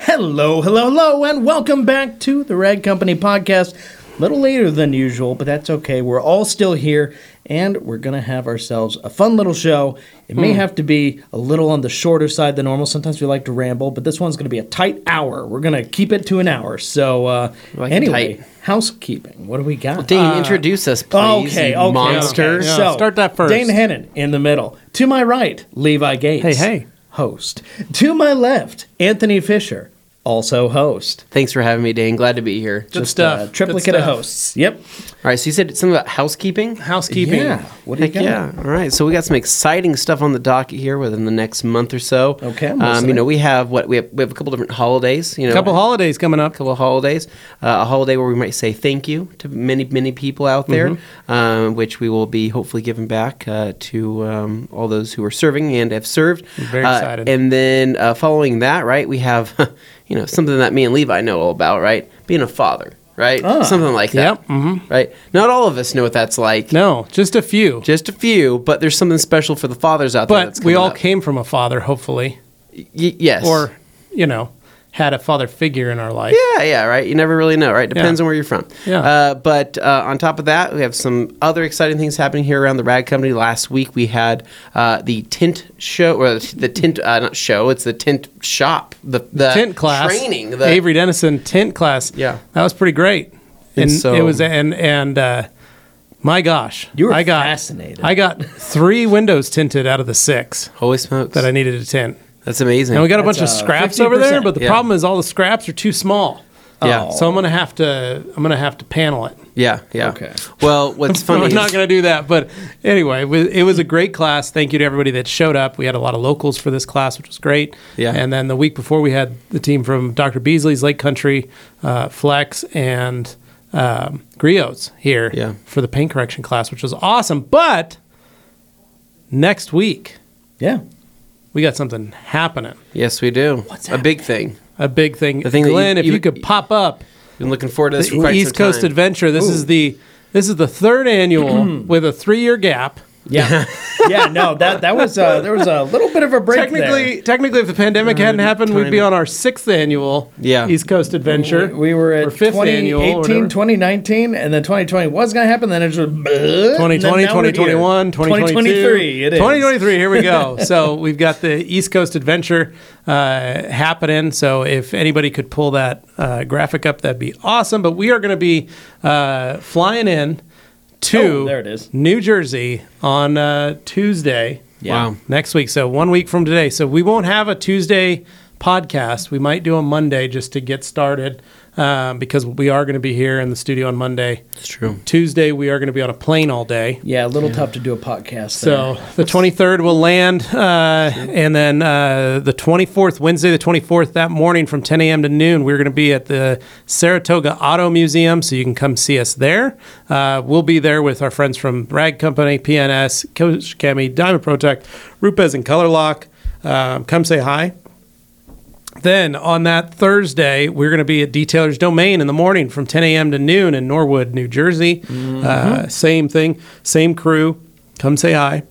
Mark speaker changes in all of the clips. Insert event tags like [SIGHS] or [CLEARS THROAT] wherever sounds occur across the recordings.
Speaker 1: Hello, hello, hello, and welcome back to the Rag Company podcast. A little later than usual, but that's okay. We're all still here, and we're going to have ourselves a fun little show. It
Speaker 2: Hmm.
Speaker 1: may have to be a little on the shorter side than normal. Sometimes we like to ramble, but this one's going to be a tight hour. We're going to keep it to an hour. So, uh,
Speaker 2: like
Speaker 1: anyway,
Speaker 2: tight.
Speaker 1: housekeeping. What do we got?
Speaker 2: Dean, introduce us, please.
Speaker 1: Uh, Okay,
Speaker 2: you
Speaker 1: okay.
Speaker 2: monster.
Speaker 1: okay.
Speaker 3: Yeah,
Speaker 1: So,
Speaker 3: start that first.
Speaker 1: Dane Hennon in the middle. To my right, Levi Gates.
Speaker 3: Hey, hey.
Speaker 1: Host. To my left, Anthony Fisher, also host.
Speaker 2: Thanks for having me, Dane. Glad to be here.
Speaker 3: Good
Speaker 1: Just,
Speaker 3: stuff.
Speaker 1: uh,
Speaker 3: Good
Speaker 1: triplicate of
Speaker 3: stuff.
Speaker 1: hosts. Yep.
Speaker 2: All right, so you said something about housekeeping.
Speaker 3: Housekeeping.
Speaker 1: Yeah. What do you
Speaker 2: Heck
Speaker 1: got?
Speaker 2: yeah! All right, so we got some exciting stuff on the docket here within the next month or so.
Speaker 1: Okay, I'm
Speaker 2: um, you
Speaker 1: listening.
Speaker 2: know we have what we have, we have a couple different holidays. You know,
Speaker 3: Couple holidays coming up.
Speaker 2: couple of holidays. Uh, a holiday where we might say thank you to many, many people out there,
Speaker 3: Mm-hmm.
Speaker 2: um, which we will be hopefully giving back uh, to um, all those who are serving and have served.
Speaker 3: Very
Speaker 2: Uh,
Speaker 3: excited.
Speaker 2: And then uh, following that, right, we have, [LAUGHS] you know, something that me and Levi know all about, right? Being a father, right? Something like that.
Speaker 3: Ah, Yep, mhm.
Speaker 2: Right? Not all of us know what that's like.
Speaker 3: No, just a few.
Speaker 2: Just a few, but there's something special for the fathers out there.
Speaker 3: but
Speaker 2: that's
Speaker 3: we
Speaker 2: coming
Speaker 3: all
Speaker 2: up.
Speaker 3: came from a father, hopefully,
Speaker 2: Y- yes.
Speaker 3: or you know, had a father figure in our life.
Speaker 2: Yeah, yeah, right. You never really know, right? Depends
Speaker 3: Yeah.
Speaker 2: on where you're from.
Speaker 3: Yeah.
Speaker 2: Uh, but uh, on top of that, we have some other exciting things happening here around the Rag Company. Last week we had uh, the tint show, or the tint uh, not show. It's the tint shop. The, the
Speaker 3: Tint class
Speaker 2: training. The,
Speaker 3: Avery Dennison tint class.
Speaker 2: Yeah.
Speaker 3: that was pretty great. And
Speaker 2: so-
Speaker 3: it was and and uh, my gosh,
Speaker 1: You were
Speaker 3: I got
Speaker 1: fascinated.
Speaker 3: I got three windows tinted out of the six
Speaker 2: Holy smokes!
Speaker 3: that I needed to tint.
Speaker 2: That's amazing.
Speaker 3: And we got a
Speaker 1: That's,
Speaker 3: bunch of
Speaker 1: uh,
Speaker 3: scraps over there,
Speaker 1: 50%.
Speaker 3: but the
Speaker 2: Yeah.
Speaker 3: problem is all the scraps are too small.
Speaker 2: Yeah.
Speaker 1: Oh.
Speaker 3: So I'm gonna have to I'm gonna have to panel it.
Speaker 2: yeah, yeah.
Speaker 1: Okay.
Speaker 2: Well,
Speaker 3: [LAUGHS]
Speaker 2: what's [LAUGHS] funny?
Speaker 3: I'm not
Speaker 2: is-
Speaker 3: going to do that. But anyway, wi- it was a great class. Thank you to everybody that showed up. We had a lot of locals for this class, which was great.
Speaker 2: Yeah.
Speaker 3: And then the week before, we had the team from Dr. Beasley's Lake Country, uh, Flex, and um, Griots here
Speaker 2: Yeah.
Speaker 3: for the pain correction class, which was awesome. But next week,
Speaker 1: Yeah.
Speaker 3: we got something happening.
Speaker 2: yes, we do.
Speaker 1: What's
Speaker 2: a big thing.
Speaker 3: A big thing.
Speaker 2: The thing that you-
Speaker 3: Glenn, if
Speaker 2: you-
Speaker 3: you, could pop up
Speaker 2: Been looking forward to this for
Speaker 3: the
Speaker 2: quite
Speaker 3: East
Speaker 2: some
Speaker 3: Coast
Speaker 2: time.
Speaker 3: Adventure. This is the this is the third
Speaker 1: [CLEARS THROAT]
Speaker 3: annual with a three year gap. [LAUGHS]
Speaker 1: Yeah. yeah. No, that that was uh, there was a little bit of a break
Speaker 3: technically, technically, if the pandemic hadn't happened, we'd be
Speaker 2: timing.
Speaker 3: on our sixth annual
Speaker 2: Yeah.
Speaker 3: East Coast Adventure.
Speaker 1: there. We were
Speaker 3: Or
Speaker 1: at
Speaker 3: fifth annual,
Speaker 1: 2018,
Speaker 3: whatever.
Speaker 1: 2019, and then 2020 was going to happen. Then it just
Speaker 3: 2020, 2021, 2023.
Speaker 1: 2023. It is.
Speaker 3: 2023, here we go.
Speaker 1: [LAUGHS]
Speaker 3: so we've got the East Coast Adventure uh, happening. So if anybody could pull that uh, graphic up, that'd be awesome. But we are going to be uh, flying in to
Speaker 1: Oh, there it is.
Speaker 3: New Jersey on uh, Tuesday.
Speaker 2: Yeah. Wow.
Speaker 3: next week. So one week from today. So we won't have a Tuesday podcast. We might do a Monday just to get started um, because we are going to be here in the studio on Monday.
Speaker 2: It's true.
Speaker 3: Tuesday we are going to be on a plane all day.
Speaker 1: Yeah, a little tough to do a podcast.
Speaker 3: So the 23rd will land, uh, and then uh, the 24th, Wednesday the 24th, that morning from 10 a.m. to noon, we're going to be at the Saratoga Auto Museum, so you can come see us there. Uh, we'll be there with our friends from Rag Company, PNS, Coach Kemi, Diamond Protect, Rupes, and Color Lock. Um, come say hi. Then on that Thursday, we're going to be at Detailer's Domain in the morning from 10 a.m. to noon in Norwood, New Jersey. Uh, same thing, same crew. Come say hi.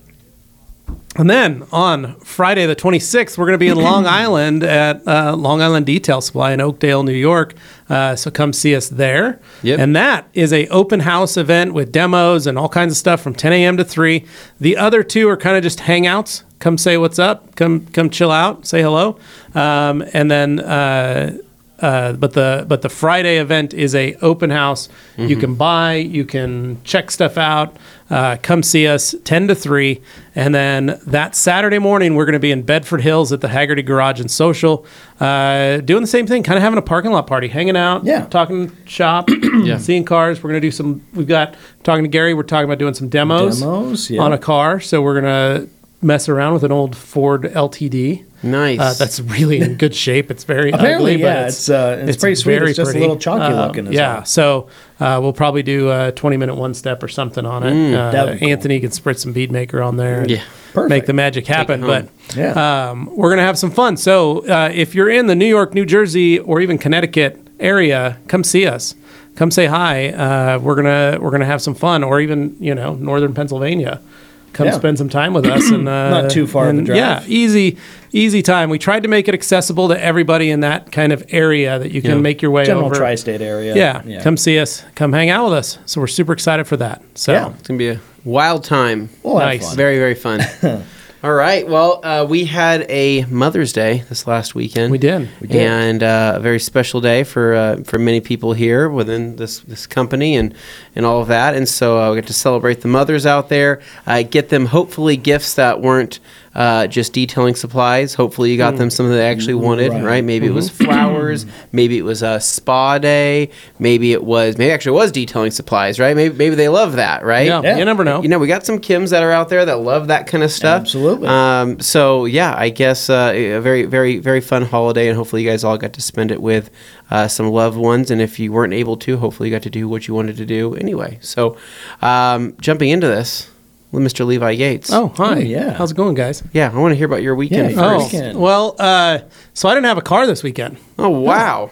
Speaker 3: And then on Friday the 26th, we're going to be in Long Island at uh, Long Island Detail Supply in Oakdale, New York. Uh, so come see us there.
Speaker 2: Yep.
Speaker 3: And that is a open house event with demos and all kinds of stuff from 10 a.m. to 3. The other two are kind of just hangouts. Come say what's up. Come come chill out. Say hello. Um, and then uh, uh, but the but the Friday event is a open house. You
Speaker 1: Mm-hmm.
Speaker 3: can buy, you can check stuff out. Uh, come see us ten to three, and then that Saturday morning we're going to be in Bedford Hills at the Haggerty Garage and Social, uh, doing the same thing, kind of having a parking lot party, hanging out,
Speaker 1: Yeah.
Speaker 3: talking
Speaker 1: [CLEARS THROAT]
Speaker 3: shop, seeing cars. We're going to do some. We've got talking to Gary. We're talking about doing some demos,
Speaker 1: Demos, yeah.
Speaker 3: on a car. So we're going to mess around with an old Ford LTD.
Speaker 2: Nice.
Speaker 3: Uh, that's really in good shape. It's very
Speaker 1: Apparently,
Speaker 3: ugly,
Speaker 1: yeah,
Speaker 3: but
Speaker 1: it's, uh, it's pretty sweet. It's
Speaker 3: very
Speaker 1: just a
Speaker 3: pretty. Um,
Speaker 1: little chunky looking is
Speaker 3: Yeah,
Speaker 1: all.
Speaker 3: so uh, we'll probably do a twenty-minute one-step or something on it. Uh,
Speaker 1: that'd Mm, be cool.
Speaker 3: Anthony can spritz some bead maker on there. and
Speaker 2: Yeah.
Speaker 1: Perfect.
Speaker 3: Make the magic happen,
Speaker 2: home.
Speaker 3: but
Speaker 1: Yeah.
Speaker 3: um, we're gonna have some fun. So uh, if you're in the New York, New Jersey, or even Connecticut area, come see us. Come say hi. Uh, we're gonna we're gonna have some fun, or even you know Northern Pennsylvania. come
Speaker 1: Yeah.
Speaker 3: spend some time with us.
Speaker 1: [CLEARS THROAT]
Speaker 3: And uh,
Speaker 1: Not too far of a
Speaker 3: and,
Speaker 1: drive.
Speaker 3: Yeah, easy, easy time. We tried to make it accessible to everybody in that kind of area that you can
Speaker 2: Yeah.
Speaker 3: make your way
Speaker 1: General
Speaker 3: over.
Speaker 1: tri-state area.
Speaker 3: yeah, come see us. Come hang out with us. So we're super excited for that. So
Speaker 1: Yeah.
Speaker 2: It's gonna be a wild time.
Speaker 1: We'll have
Speaker 3: Nice.
Speaker 1: fun.
Speaker 2: Very very
Speaker 1: [LAUGHS]
Speaker 2: fun. All right. Well, uh, we had a Mother's Day this last weekend.
Speaker 3: We did. We
Speaker 1: did.
Speaker 2: and uh, a very special day for uh, for many people here within this this company and and all of that. And so uh, we get to celebrate the mothers out there. Uh, get them hopefully gifts that weren't. Uh, just detailing supplies. Hopefully, you got
Speaker 3: Mm.
Speaker 2: them something they actually wanted,
Speaker 1: Mm, Right. Mm-hmm.
Speaker 2: right? Maybe it was
Speaker 1: [CLEARS THROAT]
Speaker 2: flowers. maybe it was a spa day. Maybe it was. Maybe actually it was detailing supplies, right? Maybe maybe they love that, right?
Speaker 3: yeah,
Speaker 1: Yeah.
Speaker 3: you never know.
Speaker 2: You know, we got some Kims that are out there that love that kind of stuff.
Speaker 1: Absolutely.
Speaker 2: Um, so yeah, I guess uh, a very, very, very fun holiday, and hopefully you guys all got to spend it with uh, some loved ones. And if you weren't able to, hopefully you got to do what you wanted to do anyway. So um, jumping into this, with Mr. Levi Yates.
Speaker 3: oh, hi.
Speaker 1: Oh, yeah.
Speaker 3: How's it going, guys?
Speaker 2: yeah, I want to hear about your weekend.
Speaker 1: Yeah,
Speaker 2: first.
Speaker 1: first.
Speaker 3: Oh, well, uh, so I didn't have a car this weekend.
Speaker 2: Oh wow,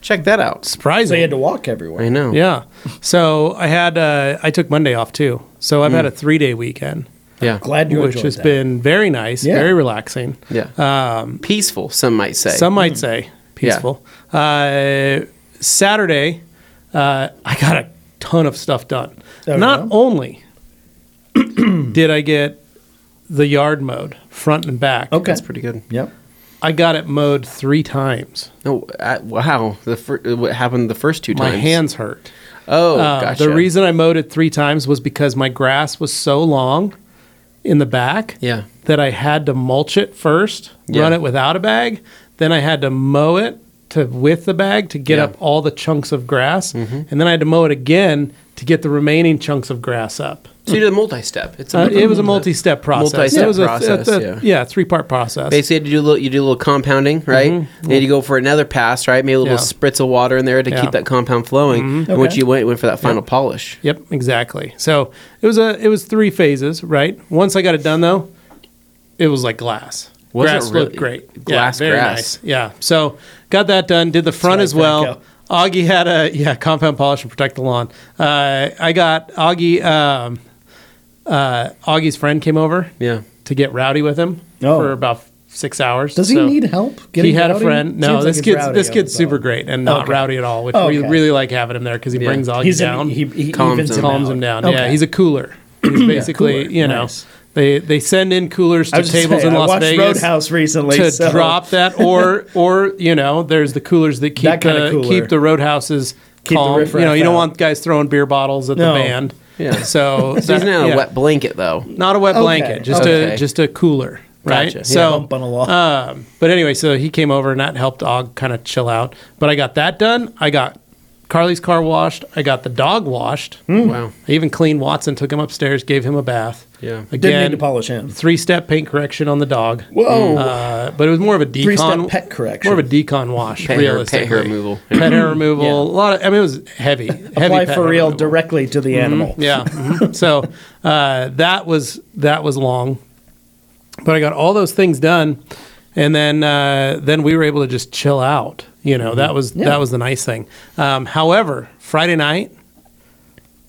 Speaker 2: check that out.
Speaker 3: Surprising.
Speaker 1: So you had to walk everywhere.
Speaker 2: I know.
Speaker 3: Yeah. So I had uh, I took Monday off too. So I've had a three day weekend,
Speaker 2: Yeah.
Speaker 1: Glad you
Speaker 3: which
Speaker 1: enjoyed
Speaker 3: has
Speaker 1: that.
Speaker 3: been very nice,
Speaker 1: Yeah.
Speaker 3: very relaxing.
Speaker 2: Yeah. Um, Peaceful, some might say.
Speaker 3: Some might say peaceful. Uh, Saturday, uh, I got a ton of stuff done.
Speaker 1: There we go.
Speaker 3: Not only [CLEARS THROAT] did I get the yard mowed front and back,
Speaker 1: okay.
Speaker 2: That's pretty good.
Speaker 1: Yep.
Speaker 3: I got it mowed three times.
Speaker 2: Oh I, wow! The fir- what happened the first two
Speaker 3: My
Speaker 2: times?
Speaker 3: hands hurt.
Speaker 2: Oh,
Speaker 3: Uh,
Speaker 2: gotcha.
Speaker 3: The reason I mowed it three times was because my grass was so long in the back
Speaker 2: Yeah.
Speaker 3: that I had to mulch it first,
Speaker 2: Yeah.
Speaker 3: run it without a bag, then I had to mow it to with the bag to get
Speaker 2: Yeah. Mm-hmm.
Speaker 3: up all the chunks of grass, and then I had to mow it again to get the remaining chunks of grass up.
Speaker 2: So you did a multi-step. It's
Speaker 3: Uh, it was a multi-step process.
Speaker 2: Multi-step
Speaker 3: it was
Speaker 2: process,
Speaker 3: a,
Speaker 2: yeah.
Speaker 3: three-part process.
Speaker 2: Basically, you had to do a little, you do a little compounding, right? Then you go for another pass, right? Maybe a little
Speaker 3: Mm-hmm. Yeah.
Speaker 2: spritz of water in there to
Speaker 3: Yeah. Mm-hmm.
Speaker 2: keep that compound flowing. And once
Speaker 1: Okay.
Speaker 2: you went, went for that final polish.
Speaker 3: Yep, exactly. So it was a it was three phases, right? Once I got it done though, it was like glass.
Speaker 2: Was it
Speaker 3: grass
Speaker 2: really?
Speaker 3: looked great.
Speaker 2: Glass
Speaker 3: yeah, very
Speaker 2: grass.
Speaker 3: nice. Yeah. So got that done. Did the front as
Speaker 1: like
Speaker 3: well. Augie had a yeah compound polish and protect the lawn. Uh, I got Augie. Um, uh, Augie's friend came over
Speaker 2: Yeah.
Speaker 3: to get rowdy with him
Speaker 1: Oh.
Speaker 3: for about six hours.
Speaker 1: Does he
Speaker 3: So
Speaker 1: need help?
Speaker 3: He had
Speaker 1: rowdy?
Speaker 3: a friend. No,
Speaker 1: Seems like
Speaker 3: this
Speaker 1: he's
Speaker 3: kid's
Speaker 1: rowdy
Speaker 3: this
Speaker 1: on
Speaker 3: kid's
Speaker 1: his
Speaker 3: super
Speaker 1: own.
Speaker 3: great and not
Speaker 1: Okay.
Speaker 3: rowdy at all, which we
Speaker 1: Okay.
Speaker 3: really like having him there because he brings Augie
Speaker 1: He's
Speaker 3: down
Speaker 1: an, he, he
Speaker 2: Calms
Speaker 1: evens
Speaker 2: him.
Speaker 1: him
Speaker 3: calms
Speaker 1: out.
Speaker 3: him down. Yeah,
Speaker 1: Okay.
Speaker 3: he's a cooler. He's basically,
Speaker 1: cooler.
Speaker 3: you know,
Speaker 1: Nice.
Speaker 3: they they send in coolers
Speaker 1: I
Speaker 3: to
Speaker 1: was just
Speaker 3: tables
Speaker 1: saying,
Speaker 3: in
Speaker 1: I
Speaker 3: Las
Speaker 1: watched
Speaker 3: Vegas
Speaker 1: Roadhouse recently.
Speaker 3: to
Speaker 1: so-
Speaker 3: drop
Speaker 1: [LAUGHS]
Speaker 3: that, or or you know, there's the coolers that keep
Speaker 1: That kinda
Speaker 3: the
Speaker 1: cooler.
Speaker 3: keep the roadhouses
Speaker 1: Keep the
Speaker 3: calm. you know,
Speaker 1: riffraff
Speaker 3: you don't
Speaker 1: out.
Speaker 3: want guys throwing beer bottles at
Speaker 1: No.
Speaker 3: the band.
Speaker 2: Yeah.
Speaker 3: [LAUGHS] So
Speaker 2: So he's
Speaker 3: that-
Speaker 2: not
Speaker 3: yeah.
Speaker 2: a wet blanket though.
Speaker 3: not a wet
Speaker 1: Okay.
Speaker 3: blanket, just
Speaker 2: Okay.
Speaker 3: a just a cooler, right?
Speaker 2: Gotcha. Yeah.
Speaker 3: So
Speaker 1: Bump on a log.
Speaker 3: um, but anyway, so he came over and that helped Og kind of chill out. But I got that done. I got Carly's car washed. I got the dog washed.
Speaker 2: Wow.
Speaker 3: I even cleaned Watson, took him upstairs, gave him a bath.
Speaker 2: Yeah. Didn't
Speaker 1: Didn't need
Speaker 3: Again,
Speaker 1: to polish him.
Speaker 3: three step paint correction on the dog.
Speaker 1: Whoa.
Speaker 3: Uh, but it was more of a decon.
Speaker 1: Three-step pet correction.
Speaker 3: More of a decon wash,
Speaker 2: Pet hair,
Speaker 3: realistically.
Speaker 2: pet hair removal.
Speaker 3: Pet hair removal. A lot of, I mean, it was
Speaker 1: [LAUGHS]
Speaker 3: heavy.
Speaker 1: Apply
Speaker 3: heavy pet
Speaker 1: for
Speaker 3: hair
Speaker 1: real
Speaker 3: removal.
Speaker 1: directly to the animal.
Speaker 3: Yeah. mhm. [LAUGHS] so uh, that was that was long, but I got all those things done, and then uh, then we were able to just chill out. You know,
Speaker 2: Mm-hmm.
Speaker 3: that was
Speaker 1: Yeah.
Speaker 3: that was the nice thing. Um, however, Friday night,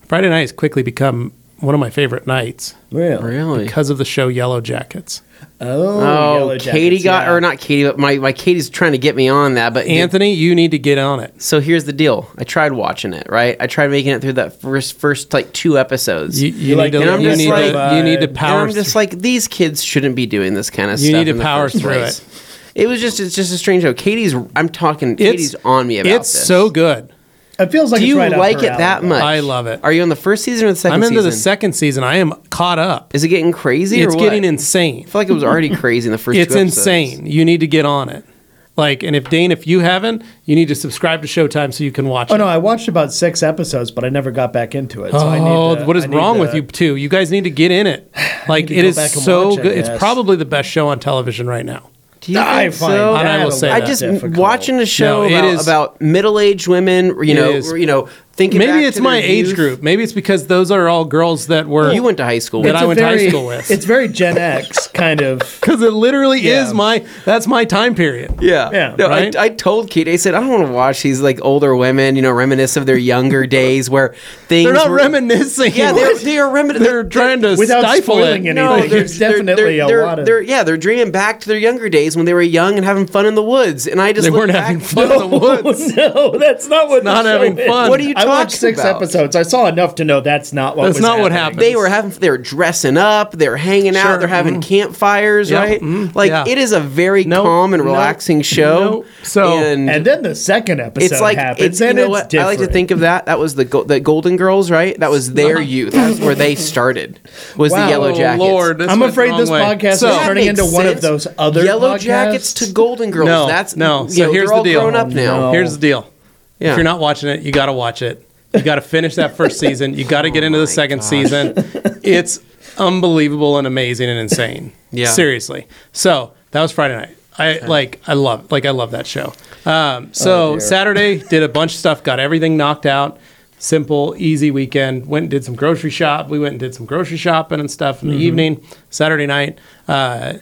Speaker 3: Friday night has quickly become one of my favorite nights
Speaker 1: Really?
Speaker 2: Really?
Speaker 3: because of the show Yellow Jackets.
Speaker 1: Oh,
Speaker 2: Oh,
Speaker 1: Yellow Jackets,
Speaker 2: Katie got
Speaker 1: yeah.
Speaker 2: or not Katie, but my, my Katie's trying to get me on that. But
Speaker 3: Anthony, you need to get on it.
Speaker 2: so here's the deal. I tried watching it, right? I tried making it through that first first like two episodes.
Speaker 3: You, you
Speaker 1: like
Speaker 3: need
Speaker 1: it?
Speaker 3: to.
Speaker 2: I'm
Speaker 3: You
Speaker 2: just
Speaker 3: need,
Speaker 1: like-
Speaker 3: to you need to
Speaker 1: And
Speaker 2: And
Speaker 3: power.
Speaker 2: I'm just
Speaker 3: through-
Speaker 2: like these kids shouldn't be doing this kind of
Speaker 3: You
Speaker 2: stuff.
Speaker 3: need to
Speaker 2: in the
Speaker 3: power
Speaker 2: first
Speaker 3: through
Speaker 2: place.
Speaker 3: it.
Speaker 2: It was just it's just a strange show. Katie's I'm talking Katie's on me about
Speaker 3: it's
Speaker 2: this.
Speaker 3: so good.
Speaker 1: It feels like
Speaker 2: Do
Speaker 1: it's
Speaker 2: you
Speaker 1: right up
Speaker 2: like
Speaker 1: her
Speaker 2: it that
Speaker 1: alley.
Speaker 2: much?
Speaker 3: I love it.
Speaker 2: Are you on the first season or the second
Speaker 3: I'm into
Speaker 2: season?
Speaker 3: the second season. I am caught up.
Speaker 2: Is it getting crazy
Speaker 3: It's
Speaker 2: or what?
Speaker 3: getting insane.
Speaker 2: I feel like it was already crazy in the first
Speaker 3: [LAUGHS] it's
Speaker 2: two episodes.
Speaker 3: insane. You need to get on it. Like, and if Dane, if you haven't, you need to subscribe to Showtime so you can watch
Speaker 1: Oh
Speaker 3: it.
Speaker 1: no, I watched about six episodes, but I never got back into it. So I
Speaker 3: Oh,
Speaker 1: need to,
Speaker 3: what is
Speaker 1: I need
Speaker 3: wrong
Speaker 1: to-
Speaker 3: with you two? You guys need to get
Speaker 1: [SIGHS]
Speaker 3: in it. Like,
Speaker 1: to
Speaker 3: it
Speaker 1: go
Speaker 3: is
Speaker 1: back and
Speaker 3: so
Speaker 1: watch, I
Speaker 3: good. It's
Speaker 1: guess.
Speaker 3: probably the best show on television right now.
Speaker 2: Do you
Speaker 1: I
Speaker 2: think
Speaker 1: find
Speaker 2: so?
Speaker 1: that
Speaker 3: And I will
Speaker 1: a
Speaker 3: say
Speaker 1: little
Speaker 2: I
Speaker 3: that
Speaker 2: just
Speaker 1: difficult.
Speaker 2: watching a show
Speaker 3: No, it
Speaker 2: about,
Speaker 3: is-
Speaker 2: about middle-aged women, you know,
Speaker 3: is.
Speaker 2: you know, thinking back
Speaker 3: Maybe it's
Speaker 2: to their
Speaker 3: my age
Speaker 2: youth,
Speaker 3: group. Maybe it's because those are all girls that were.
Speaker 2: You went to high school.
Speaker 3: That
Speaker 2: with.
Speaker 3: I
Speaker 1: a
Speaker 3: went to high school with.
Speaker 1: It's very Gen X kind of. [LAUGHS]
Speaker 3: because it literally
Speaker 1: Yeah.
Speaker 3: is my. That's my time period.
Speaker 2: Yeah.
Speaker 1: Yeah,
Speaker 2: no,
Speaker 3: right?
Speaker 2: I, I told Keith, I said, I don't want to watch these like older women, you know, reminisce of their
Speaker 3: [LAUGHS]
Speaker 2: younger days where things
Speaker 3: They're not
Speaker 2: were-
Speaker 3: reminiscing.
Speaker 2: Yeah, they're, they are reminiscing.
Speaker 3: [LAUGHS] They're trying to
Speaker 1: Without
Speaker 3: stifle
Speaker 1: spoiling
Speaker 3: it.
Speaker 1: anything. No, there's definitely a
Speaker 2: they're-
Speaker 1: lot of-
Speaker 2: they're- yeah, they're dreaming back to their younger days when they were young and having fun in the woods. And I just
Speaker 3: They
Speaker 2: look
Speaker 3: weren't
Speaker 2: back- [LAUGHS]
Speaker 3: having fun in [LAUGHS] the woods.
Speaker 1: oh, no, that's not what.
Speaker 3: Not
Speaker 1: the show
Speaker 3: having
Speaker 1: is.
Speaker 3: fun.
Speaker 2: What are you
Speaker 1: I watched
Speaker 2: talking
Speaker 1: six
Speaker 2: about?
Speaker 1: episodes. I saw enough to know that's not what.
Speaker 3: That's
Speaker 1: was
Speaker 3: not what
Speaker 1: happening.
Speaker 3: happened.
Speaker 2: They were having, they were dressing up, they're hanging
Speaker 3: Sure,
Speaker 2: out, they're having campfires,
Speaker 3: Yeah,
Speaker 2: right?
Speaker 3: mhm,
Speaker 2: Like
Speaker 3: yeah.
Speaker 2: it is a very
Speaker 3: Nope,
Speaker 2: calm and
Speaker 3: nope,
Speaker 2: relaxing show.
Speaker 3: nope. So-
Speaker 1: And then the second episode
Speaker 2: it's like
Speaker 1: happens,
Speaker 2: it's, you
Speaker 1: and
Speaker 2: know
Speaker 1: it's
Speaker 2: what
Speaker 1: different.
Speaker 2: I like to think of that. That was the go- the Golden Girls, right? That was their
Speaker 1: Uh-huh.
Speaker 2: youth. That's where they started. Was
Speaker 1: Wow.
Speaker 2: the Yellow
Speaker 1: Oh,
Speaker 2: Jackets?
Speaker 3: Lord, this
Speaker 1: I'm
Speaker 3: went the
Speaker 1: afraid
Speaker 3: wrong
Speaker 1: this
Speaker 3: way.
Speaker 1: podcast
Speaker 3: So-
Speaker 1: is turning into one of those other
Speaker 2: Yellow
Speaker 1: podcasts.
Speaker 2: Jackets to Golden Girls.
Speaker 3: No,
Speaker 2: that's
Speaker 3: no.
Speaker 2: you
Speaker 3: So
Speaker 2: know,
Speaker 3: here's
Speaker 2: they're
Speaker 3: the
Speaker 2: all
Speaker 3: deal.
Speaker 2: Grown up now.
Speaker 1: No.
Speaker 3: Here's the deal.
Speaker 2: Yeah.
Speaker 3: If you're not watching it, you got to watch it. You got to finish
Speaker 2: [LAUGHS]
Speaker 3: that first season. You got to get into
Speaker 2: Oh
Speaker 3: the second season. It's unbelievable and amazing and insane.
Speaker 2: Yeah.
Speaker 3: Seriously. So that was Friday night. I like. I love. Like I love that show. Um, so
Speaker 1: dear.
Speaker 3: Saturday did a bunch of stuff. Got everything knocked out. Simple, easy weekend. Went and did some grocery shop. We went and did some grocery shopping and stuff in the evening. Saturday night. Uh,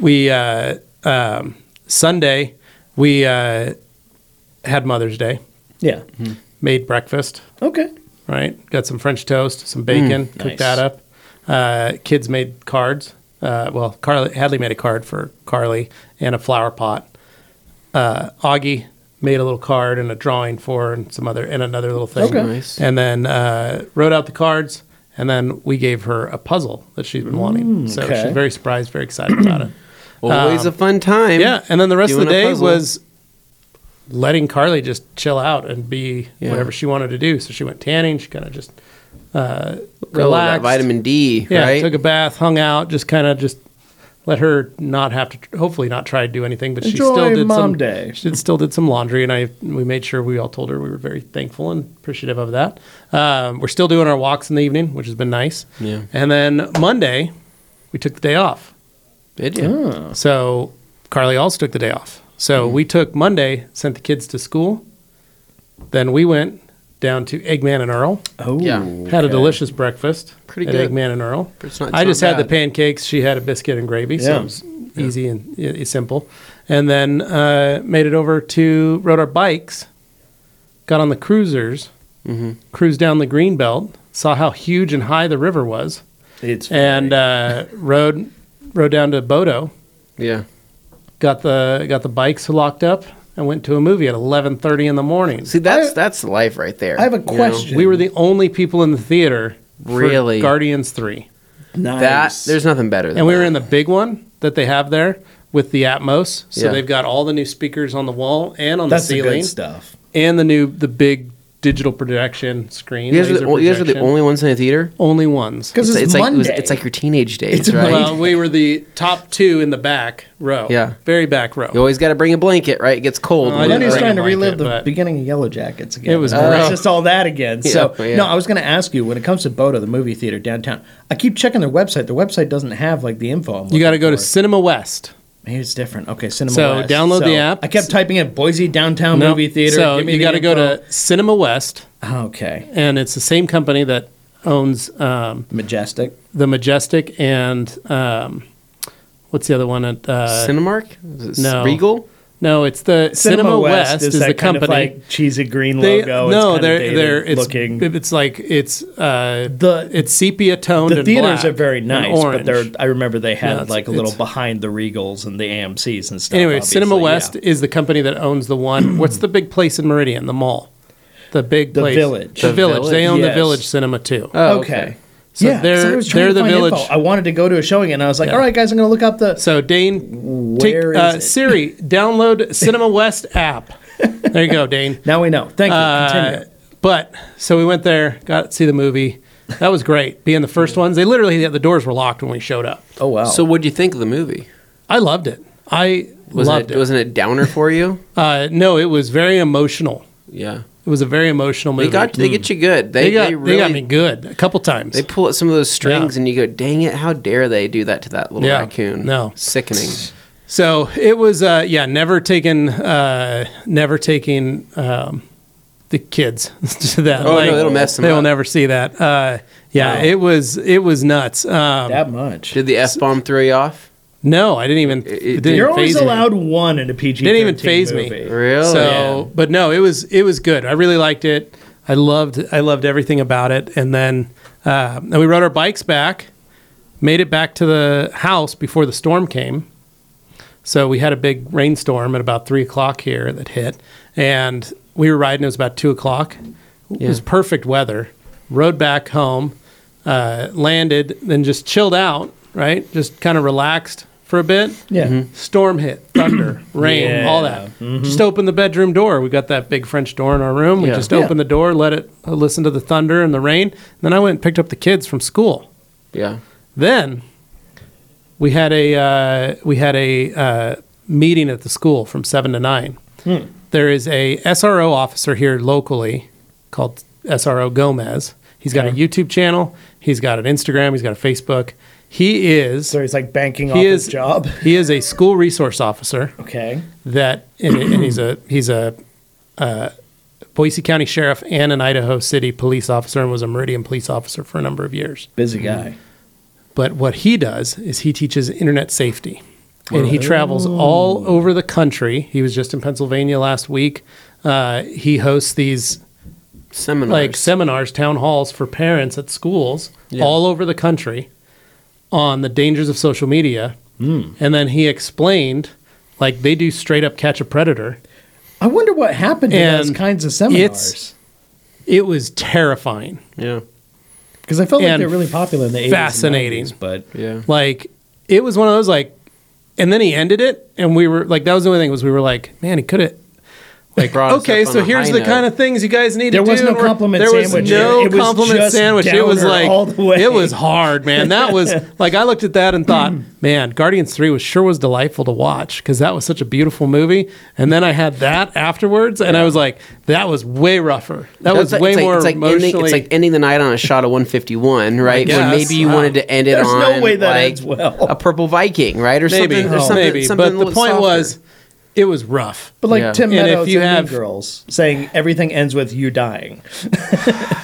Speaker 3: we uh, um, Sunday. We uh, had Mother's Day
Speaker 1: Yeah.
Speaker 2: Hmm.
Speaker 3: made breakfast,
Speaker 1: Okay.
Speaker 3: right? Got some French toast, some bacon, cooked
Speaker 1: Mm, nice.
Speaker 3: that up. Uh, kids made cards. Uh, well, Carly Hadley made a card for Carly and a flower pot. Uh, Augie made a little card and a drawing for her and some other and another little thing.
Speaker 1: Okay.
Speaker 2: Nice.
Speaker 3: And then uh, wrote out the cards, and then we gave her a puzzle that she's been wanting. So
Speaker 1: Mm, okay.
Speaker 3: she's very surprised, very excited about it.
Speaker 2: Always a fun time.
Speaker 3: Um, Yeah, and then the rest of the
Speaker 2: doing a
Speaker 3: day
Speaker 2: puzzle.
Speaker 3: was letting Carly just chill out and be
Speaker 2: Yeah.
Speaker 3: whatever she wanted to do. So she went tanning. She kind of just uh,
Speaker 2: Go with that
Speaker 3: relaxed.
Speaker 2: vitamin D.
Speaker 3: yeah,
Speaker 2: right.
Speaker 3: took a bath, hung out, just kind of just let her not have to. Hopefully, not try to do anything. But she still
Speaker 1: Enjoy
Speaker 3: did
Speaker 1: mom
Speaker 3: some.
Speaker 1: day.
Speaker 3: She did, still did some laundry, and I we made sure we all told her we were very thankful and appreciative of that. Um, we're still doing our walks in the evening, which has been nice.
Speaker 2: Yeah.
Speaker 3: And then Monday, we took the day off.
Speaker 2: Did you?
Speaker 3: So Carly also took the day off. So
Speaker 2: Mm-hmm.
Speaker 3: we took Monday, sent the kids to school. Then we went down to Eggman and Earl,
Speaker 1: Oh.
Speaker 2: Yeah.
Speaker 3: had a delicious breakfast.
Speaker 2: Pretty
Speaker 3: at
Speaker 2: good.
Speaker 3: Eggman and Earl.
Speaker 2: It's not- it's
Speaker 3: I
Speaker 2: not
Speaker 3: just had the
Speaker 2: bad.
Speaker 3: pancakes. She had a biscuit and gravy. So
Speaker 1: Yeah.
Speaker 3: it was easy and i- i- simple. And then uh, made it over to, rode our bikes, got on the cruisers,
Speaker 2: Mm-hmm.
Speaker 3: cruised down the green belt, saw how huge and high the river was,
Speaker 1: It's
Speaker 3: and uh, rode, rode down to Bodo
Speaker 2: Yeah.
Speaker 3: got the got the bikes locked up and went to a movie at 11:30 in the morning.
Speaker 2: See, that's
Speaker 1: I-
Speaker 2: that's life right there.
Speaker 1: I have a
Speaker 2: you know?
Speaker 1: question.
Speaker 3: We were the only people in the theater for
Speaker 2: Really?
Speaker 3: Guardians 3.
Speaker 2: That
Speaker 1: nice.
Speaker 2: there's nothing better. Than
Speaker 3: And we were
Speaker 2: that.
Speaker 3: in the big one that they have there with the Atmos. So
Speaker 2: Yeah.
Speaker 3: they've got all the new speakers on the wall and on
Speaker 1: that's
Speaker 3: the
Speaker 1: the
Speaker 3: ceiling
Speaker 1: good stuff.
Speaker 3: and the new the big digital projection screen.
Speaker 2: You guys, are
Speaker 3: laser
Speaker 2: the, you guys are the
Speaker 3: projection.
Speaker 2: only ones in the theater.
Speaker 3: only ones.
Speaker 1: Because it's,
Speaker 2: like
Speaker 1: Monday.
Speaker 2: it was, it's like your teenage days,
Speaker 1: It's a
Speaker 2: right?
Speaker 3: Well, we were the top 2 in the back row.
Speaker 2: Yeah.
Speaker 3: Very back row.
Speaker 2: You always got to bring a blanket, right? It gets cold.
Speaker 3: Oh, I
Speaker 2: when
Speaker 3: didn't
Speaker 2: you're
Speaker 1: Lenny's
Speaker 3: Right.
Speaker 2: right.
Speaker 1: trying to
Speaker 3: Like
Speaker 1: relive
Speaker 3: it,
Speaker 1: the
Speaker 3: but-
Speaker 1: beginning of Yellow Jackets again.
Speaker 3: It was
Speaker 1: Uh, it's
Speaker 3: rough.
Speaker 1: just all that again. So
Speaker 2: Yeah, yeah.
Speaker 1: no, I was going to ask you when it comes to Bodo, the movie theater downtown. I keep checking their website. Their website doesn't have like the info. I'm
Speaker 3: You got to
Speaker 1: looking
Speaker 3: go to
Speaker 1: for.
Speaker 3: Cinema West.
Speaker 1: Maybe it's different. Okay, Cinema.
Speaker 3: So,
Speaker 1: West.
Speaker 3: download the app.
Speaker 1: I kept typing in Boise downtown
Speaker 3: No.
Speaker 1: movie theater.
Speaker 3: So
Speaker 1: Give me
Speaker 3: you
Speaker 1: the
Speaker 3: got to go
Speaker 1: info.
Speaker 3: to Cinema West.
Speaker 1: Okay,
Speaker 3: and it's the same company that owns um,
Speaker 1: majestic.
Speaker 3: the Majestic and um, what's the other one? At, uh,
Speaker 2: Cinemark? Is it
Speaker 3: no.
Speaker 2: Regal?
Speaker 3: no, it's the Cinema, West, is, the
Speaker 1: that kind of,
Speaker 3: company.
Speaker 1: like cheesy green
Speaker 3: They-
Speaker 1: logo. it's
Speaker 3: no,
Speaker 1: kind
Speaker 3: they're
Speaker 1: of dated
Speaker 3: they're it's,
Speaker 1: looking.
Speaker 3: It's like it's uh,
Speaker 1: The-
Speaker 3: it's sepia toned.
Speaker 1: the
Speaker 3: and
Speaker 1: theaters
Speaker 3: black
Speaker 1: are very
Speaker 3: and
Speaker 1: nice, but
Speaker 3: orange.
Speaker 1: they're. I remember they had
Speaker 3: Yeah, it's-
Speaker 1: like a little
Speaker 3: it's-
Speaker 1: behind the Regals and the AMC's and stuff.
Speaker 3: anyway.
Speaker 1: obviously,
Speaker 3: Cinema
Speaker 1: yeah.
Speaker 3: West is the company that owns
Speaker 1: [CLEARS THROAT]
Speaker 3: the one. what's the big place in Meridian? The mall, the big
Speaker 1: The
Speaker 3: place.
Speaker 1: Village.
Speaker 3: The,
Speaker 1: The
Speaker 3: village. They
Speaker 1: Village,
Speaker 3: own
Speaker 1: yes.
Speaker 3: the village cinema too.
Speaker 2: Oh,
Speaker 1: okay.
Speaker 3: So
Speaker 1: yeah, 'cause
Speaker 3: they're-
Speaker 1: I was trying
Speaker 3: they're
Speaker 1: to
Speaker 3: the
Speaker 1: find
Speaker 3: village.
Speaker 1: info. I wanted to go to a showing, and I was like,
Speaker 3: Yeah.
Speaker 1: "All right, guys, I'm going to look up the."
Speaker 3: So Dane, take,
Speaker 1: Where is
Speaker 3: uh,
Speaker 1: it?
Speaker 3: Siri, download Cinema West app. There you go, Dane.
Speaker 1: Now we know. Thank you. [LAUGHS]
Speaker 3: Uh,
Speaker 1: Continue.
Speaker 3: but so we went there, got to see the movie. That was great. Being the first ones, they literally the doors were locked when we showed up.
Speaker 1: Oh wow.
Speaker 2: So what do you think of the movie?
Speaker 3: I loved it. I
Speaker 2: Wasn't
Speaker 3: loved
Speaker 2: it,
Speaker 3: it.
Speaker 2: wasn't it downer for
Speaker 3: [LAUGHS]
Speaker 2: you?
Speaker 3: uh, no, it was very emotional.
Speaker 2: Yeah.
Speaker 3: It was a very emotional movie.
Speaker 2: They got they get you good. They,
Speaker 3: Mm. They got,
Speaker 2: they
Speaker 3: they
Speaker 2: really
Speaker 3: got me good a couple times.
Speaker 2: they pull at some of those strings
Speaker 3: Yeah.
Speaker 2: and you go, "Dang it, how dare they do that to that little
Speaker 3: Yeah.
Speaker 2: raccoon?"
Speaker 3: No.
Speaker 2: Sickening.
Speaker 3: So it was, uh, yeah, never taken, uh, never taking um, the kids [LAUGHS] to that.
Speaker 2: Oh, no, it'll mess them
Speaker 3: They will
Speaker 2: up.
Speaker 3: never see that. Uh, yeah,
Speaker 1: No.
Speaker 3: it was it was nuts. Um,
Speaker 1: that much.
Speaker 2: Did the S bomb throw you off?
Speaker 3: no, I didn't even.
Speaker 2: it
Speaker 3: it didn't
Speaker 1: You're always
Speaker 3: faze me.
Speaker 1: allowed one in a PG.
Speaker 3: Didn't even phase me.
Speaker 2: Really?
Speaker 3: So, but no, it was it was good. I really liked it. I loved I loved everything about it. And then uh, and we rode our bikes back, made it back to the house before the storm came. So we had a big rainstorm at about three o'clock here that hit, and we were riding. It was about two o'clock. It was
Speaker 2: Yeah.
Speaker 3: perfect weather. Rode back home, uh, landed, then just chilled out. Right, just kind of relaxed for a bit.
Speaker 1: Yeah.
Speaker 3: Storm hit,
Speaker 1: [CLEARS THROAT]
Speaker 3: thunder, rain,
Speaker 1: Yeah. Mm-hmm.
Speaker 3: all that. Just open the bedroom door. We got that big French door in our room. We
Speaker 2: Yeah.
Speaker 3: just
Speaker 1: Yeah.
Speaker 3: opened the door, let it uh, listen to the thunder and the rain. then I went and picked up the kids from school.
Speaker 2: Yeah.
Speaker 3: Then we had a uh, we had a uh, meeting at the school from seven to nine.
Speaker 1: Hmm.
Speaker 3: There is a SRO officer here locally called SRO Gomez. He's got
Speaker 1: Okay.
Speaker 3: a YouTube channel. He's got an Instagram. He's got a Facebook. He is
Speaker 1: So he's like banking off
Speaker 3: he
Speaker 1: his
Speaker 3: is
Speaker 1: job.
Speaker 3: He is a school resource officer
Speaker 1: Okay.
Speaker 3: that and, and he's a he's a uh, Boise County sheriff and an Idaho City police officer and was a Meridian police officer for a number of years.
Speaker 1: Busy guy.
Speaker 3: But what he does is he teaches internet safety. And he travels all over the country. He was just in Pennsylvania last week. Uh, he hosts these
Speaker 2: Seminars.
Speaker 3: like seminars, town halls for parents at schools
Speaker 2: Yeah.
Speaker 3: all over the country on the dangers of social media. And then he explained, like they do straight up catch a predator.
Speaker 1: I wonder what happened to
Speaker 3: And
Speaker 1: those kinds of
Speaker 3: it's-
Speaker 1: seminars.
Speaker 3: It was terrifying.
Speaker 2: yeah.
Speaker 1: Because I felt like
Speaker 3: and
Speaker 1: they're really popular in the 80s. and
Speaker 3: fascinating.
Speaker 1: 90s, but
Speaker 2: Yeah.
Speaker 3: Like it was one of those like, and then he ended it, and we were like, that was the only thing was we were like, man, he could have. Like
Speaker 2: brought us
Speaker 3: okay,
Speaker 2: up on
Speaker 3: so
Speaker 2: a
Speaker 3: here's
Speaker 2: high
Speaker 3: the
Speaker 2: note.
Speaker 3: kind of things you guys need
Speaker 1: There
Speaker 3: to do.
Speaker 1: was no
Speaker 3: and we're-
Speaker 1: compliment
Speaker 3: there
Speaker 1: sandwich
Speaker 3: was
Speaker 1: here.
Speaker 3: no
Speaker 1: It was
Speaker 3: compliment
Speaker 1: just
Speaker 3: sandwich. It was
Speaker 1: downer
Speaker 3: like
Speaker 1: all the way.
Speaker 3: it was hard, man. That was
Speaker 1: [LAUGHS]
Speaker 3: like I looked at that and
Speaker 1: [CLEARS THROAT]
Speaker 3: thought, man, Guardians Three was sure was delightful to watch because that was such a beautiful movie. And then I had that afterwards, and I was like, that was way rougher. That was
Speaker 2: That's like-
Speaker 3: way
Speaker 2: it's like,
Speaker 3: more
Speaker 2: it's like
Speaker 3: emotionally.
Speaker 2: Ending, it's like ending the night on a shot of 151, right? When
Speaker 3: guess.
Speaker 2: maybe you
Speaker 3: Wow.
Speaker 2: wanted to end it
Speaker 1: There's
Speaker 2: on
Speaker 1: no way that
Speaker 2: like
Speaker 1: ends well.
Speaker 2: a Purple Viking, right? Or
Speaker 3: maybe,
Speaker 2: something. Or
Speaker 3: Oh,
Speaker 2: something,
Speaker 3: maybe.
Speaker 2: something
Speaker 3: but the point
Speaker 2: softer.
Speaker 3: was, it was rough. [LAUGHS]
Speaker 1: but like
Speaker 2: Yeah.
Speaker 1: Tim
Speaker 3: And if
Speaker 1: Meadows
Speaker 3: you
Speaker 1: and Mean
Speaker 3: have-
Speaker 1: Girls saying everything ends with you dying.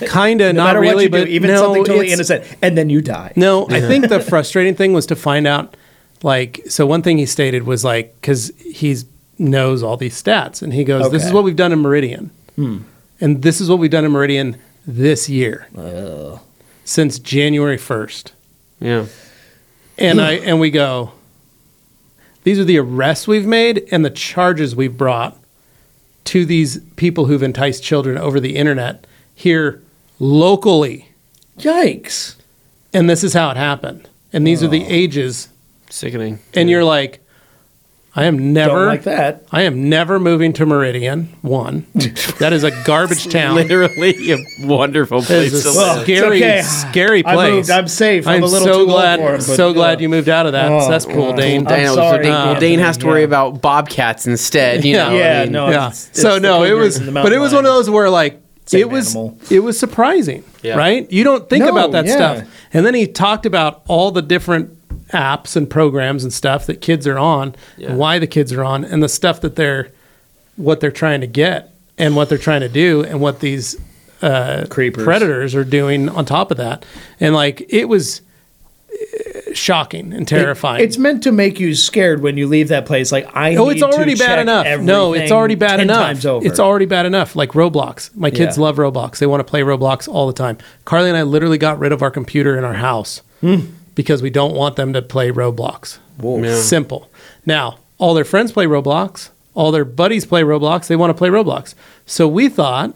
Speaker 3: Kind of,
Speaker 1: No
Speaker 3: not
Speaker 1: matter
Speaker 3: really,
Speaker 1: what you
Speaker 3: but
Speaker 1: do, even
Speaker 3: no,
Speaker 1: something totally
Speaker 3: it's-
Speaker 1: innocent, and then you die.
Speaker 3: No, I
Speaker 1: [LAUGHS]
Speaker 3: think the frustrating thing was to find out, like, so one thing he stated was like, because he's knows all these stats, and he goes, "This is
Speaker 1: Okay. Hmm.
Speaker 3: what we've done in Meridian, and this is what we've done in Meridian this year since January first.
Speaker 2: Yeah.
Speaker 3: and I and we go. These are the arrests we've made and the charges we've brought to these people who've enticed children over the internet here locally.
Speaker 1: Yikes.
Speaker 3: And this is how it happened. And these are the
Speaker 1: Oh.
Speaker 3: ages.
Speaker 2: Sickening.
Speaker 3: And you're like, I am
Speaker 1: Don't
Speaker 3: never
Speaker 1: like that.
Speaker 3: I am never moving to Meridian. One. that is a
Speaker 1: [LAUGHS]
Speaker 3: garbage
Speaker 2: [LAUGHS]
Speaker 3: town.
Speaker 2: literally a wonderful
Speaker 3: That is
Speaker 2: place
Speaker 3: a
Speaker 2: to
Speaker 1: Well,
Speaker 2: live.
Speaker 1: it's
Speaker 3: scary, [SIGHS]
Speaker 1: okay.
Speaker 3: scary
Speaker 1: I
Speaker 3: place.
Speaker 1: moved. I'm safe. I'm a little
Speaker 3: so
Speaker 1: too old
Speaker 3: glad.
Speaker 1: for it, but,
Speaker 3: so glad
Speaker 1: uh,
Speaker 3: you moved out of that
Speaker 1: oh,
Speaker 3: cesspool,
Speaker 1: God.
Speaker 3: Dane.
Speaker 1: I'm
Speaker 2: Dane,
Speaker 1: sorry,
Speaker 2: well,
Speaker 1: Anthony,
Speaker 2: Dane has to worry
Speaker 1: yeah.
Speaker 2: about bobcats instead. You
Speaker 3: Yeah.
Speaker 2: know,
Speaker 1: Yeah,
Speaker 2: I mean,
Speaker 1: no,
Speaker 3: yeah.
Speaker 1: it's, it's
Speaker 3: so
Speaker 1: the
Speaker 3: no, it
Speaker 1: cougars
Speaker 3: was,
Speaker 1: and the
Speaker 3: but it was
Speaker 1: mountain
Speaker 3: one of
Speaker 1: lions.
Speaker 3: those where like
Speaker 1: Same
Speaker 3: it was,
Speaker 1: animal.
Speaker 3: it was surprising,
Speaker 2: Yeah.
Speaker 3: right? You don't think
Speaker 1: No,
Speaker 3: about that
Speaker 1: yeah.
Speaker 3: stuff. And then he talked about all the different apps and programs and stuff that kids are on,
Speaker 2: Yeah.
Speaker 3: and why the kids are on, and the stuff that they're, what they're trying to get, and what they're trying to do, and what these Uh,
Speaker 1: creepers.
Speaker 3: predators are doing on top of that, and like it was eh, shocking and terrifying.
Speaker 1: It's meant to make you scared when you leave that place. Like I.
Speaker 3: Oh,
Speaker 1: need
Speaker 3: it's already
Speaker 1: to
Speaker 3: bad
Speaker 1: check
Speaker 3: enough. No, it's
Speaker 1: everything
Speaker 3: already bad
Speaker 1: 10
Speaker 3: enough.
Speaker 1: Times over.
Speaker 3: It's already bad enough. Like Roblox. My kids
Speaker 1: Yeah.
Speaker 3: love Roblox. They want to play Roblox all the time. Carly and I literally got rid of our computer in our house
Speaker 1: Hmm.
Speaker 3: because we don't want them to play Roblox. Simple. Now, all their friends play Roblox. All their buddies play Roblox. They want to play Roblox. So we thought,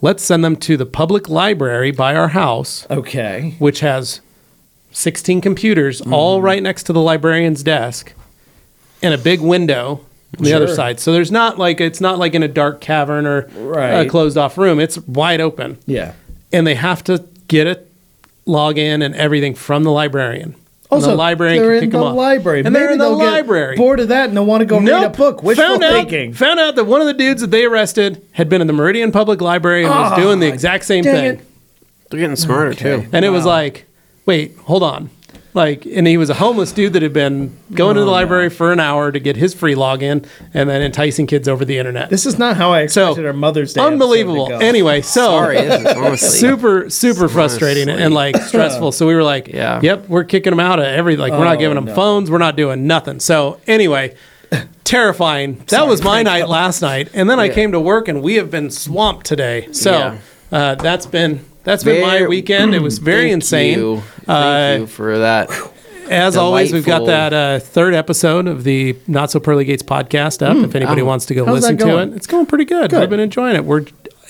Speaker 3: let's send them to the public library by our house
Speaker 1: Okay.
Speaker 3: which has 16 computers
Speaker 1: Mm-hmm.
Speaker 3: all right next to the librarian's desk and a big window on the other
Speaker 1: Sure.
Speaker 3: side. So there's not like it's not like in a dark cavern or
Speaker 1: Right.
Speaker 3: a closed off room. It's wide open.
Speaker 1: Yeah.
Speaker 3: And they have to get a login and everything from the librarian. And
Speaker 1: Also,
Speaker 3: the librarian
Speaker 1: they're
Speaker 3: can
Speaker 1: in
Speaker 3: kick
Speaker 1: the
Speaker 3: them off.
Speaker 1: library.
Speaker 3: And they're
Speaker 1: Maybe
Speaker 3: in the
Speaker 1: they'll get
Speaker 3: library.
Speaker 1: Bored of that, and they'll want to go read a
Speaker 3: Nope.
Speaker 1: book. Wishful
Speaker 3: found out,
Speaker 1: thinking.
Speaker 3: Found out that one of the dudes that they arrested had been in the Meridian Public Library and was doing the exact same
Speaker 1: Ah, dang
Speaker 3: thing.
Speaker 1: it.
Speaker 2: They're getting smarter too.
Speaker 3: And it was like, wait, hold on. Like, and he was a homeless dude that had been going to the library for an hour to get his free login and then enticing kids over the internet.
Speaker 1: This is not how I
Speaker 3: So,
Speaker 1: expected our Mother's Day. episode to
Speaker 3: Unbelievable.
Speaker 1: go.
Speaker 3: Anyway, so
Speaker 2: Sorry, this is
Speaker 3: [LAUGHS]
Speaker 2: honestly
Speaker 3: super super frustrating and like stressful so we were like
Speaker 2: Yeah.
Speaker 3: yep we're kicking them out of every like we're not
Speaker 1: Oh,
Speaker 3: giving them
Speaker 1: no.
Speaker 3: phones we're not doing nothing so anyway terrifying that was my night last night and then i came to work and we have been swamped today so uh, that's been that's been my
Speaker 2: Very-
Speaker 3: weekend it was very
Speaker 2: Thank
Speaker 3: insane
Speaker 2: you. Thank
Speaker 3: Uh,
Speaker 2: you for that.
Speaker 3: as always we've got
Speaker 2: Delightful.
Speaker 3: that uh, third episode of the not so pearly gates podcast up if anybody
Speaker 2: Oh.
Speaker 3: wants to go
Speaker 1: How's
Speaker 3: listen
Speaker 1: that
Speaker 3: to
Speaker 1: going?
Speaker 3: it it's going pretty good. i've been enjoying it we're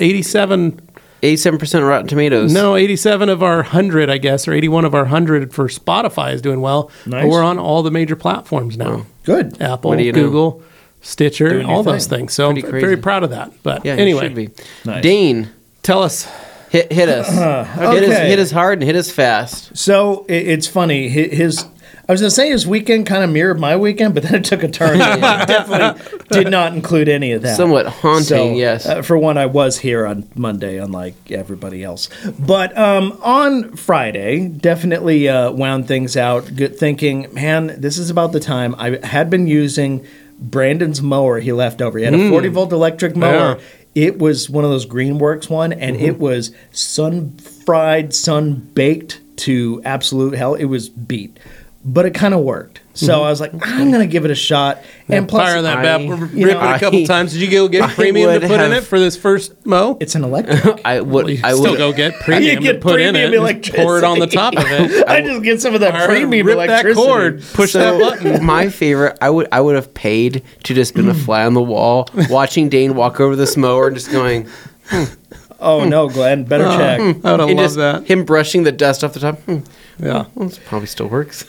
Speaker 3: 87
Speaker 2: Eighty-seven percent Rotten Tomatoes.
Speaker 3: No, 87 of our 100, I guess, or 81 of our 100 for Spotify is doing well.
Speaker 1: Nice.
Speaker 3: But we're on all the major platforms now
Speaker 1: good.
Speaker 3: Apple,
Speaker 2: What do you know?
Speaker 3: Google, Stitcher,
Speaker 1: Doing your
Speaker 3: all those
Speaker 1: thing.
Speaker 3: things. So I'm
Speaker 2: Pretty
Speaker 3: very
Speaker 2: crazy.
Speaker 3: proud of that. But
Speaker 2: Yeah, anyway. should
Speaker 3: anyway,
Speaker 2: be.
Speaker 1: Nice.
Speaker 2: Dean,
Speaker 3: tell us.
Speaker 2: hit
Speaker 1: [CLEARS THROAT]
Speaker 2: hit us. Hit us
Speaker 1: Okay.
Speaker 2: hit us hard and hit us fast.
Speaker 1: So it, it's funny. hi- His, I was gonna say his weekend kind of mirrored my weekend, but then it took a turn. that definitely did not include any of that.
Speaker 2: Somewhat haunting, yes.
Speaker 1: uh, for one, I was here on Monday, unlike everybody else. But um, on Friday, definitely uh, wound things out. Good thinking, man. This is about the time I had been using Brandon's mower he left over. He had a forty volt electric mower.
Speaker 3: Hmm. Yeah. Mm-hmm.
Speaker 1: It was one of those Greenworks one, and it was sun fried, sun baked to absolute hell. It was beat, but it kind of worked. So I was like, I'm gonna give it a shot. And plus,
Speaker 3: Mm-hmm. Fire that
Speaker 2: I-
Speaker 3: bad
Speaker 2: you
Speaker 3: rip
Speaker 1: know,
Speaker 3: it a couple
Speaker 2: I-
Speaker 3: times. Did you go get
Speaker 2: [LAUGHS] I
Speaker 3: premium to
Speaker 2: would
Speaker 3: put in
Speaker 2: have-
Speaker 3: it for this first mow?
Speaker 1: it's an
Speaker 3: [LAUGHS]
Speaker 1: electric.
Speaker 2: I
Speaker 3: Well, you
Speaker 2: would. I
Speaker 3: still
Speaker 2: would.
Speaker 1: [LAUGHS]
Speaker 3: go get premium to
Speaker 1: get
Speaker 3: put in it.
Speaker 1: premium
Speaker 3: and just Pour it on the
Speaker 1: [LAUGHS]
Speaker 3: top of it.
Speaker 1: I just get some of that
Speaker 3: Or
Speaker 1: premium
Speaker 3: rip
Speaker 1: electricity.
Speaker 3: that cord, push that
Speaker 2: [LAUGHS]
Speaker 3: button.
Speaker 2: my favorite. I would. I would have paid to just
Speaker 3: [CLEARS THROAT]
Speaker 2: been a fly on the wall, watching Dane walk over this mower and just
Speaker 3: [LAUGHS]
Speaker 2: going.
Speaker 1: Oh no, Glenn, better check.
Speaker 3: I would have
Speaker 2: and
Speaker 3: loved
Speaker 2: just
Speaker 3: that.
Speaker 2: Him brushing the dust off the top. Hmm,
Speaker 3: Yeah.
Speaker 2: well, this probably
Speaker 1: [LAUGHS]
Speaker 2: still works.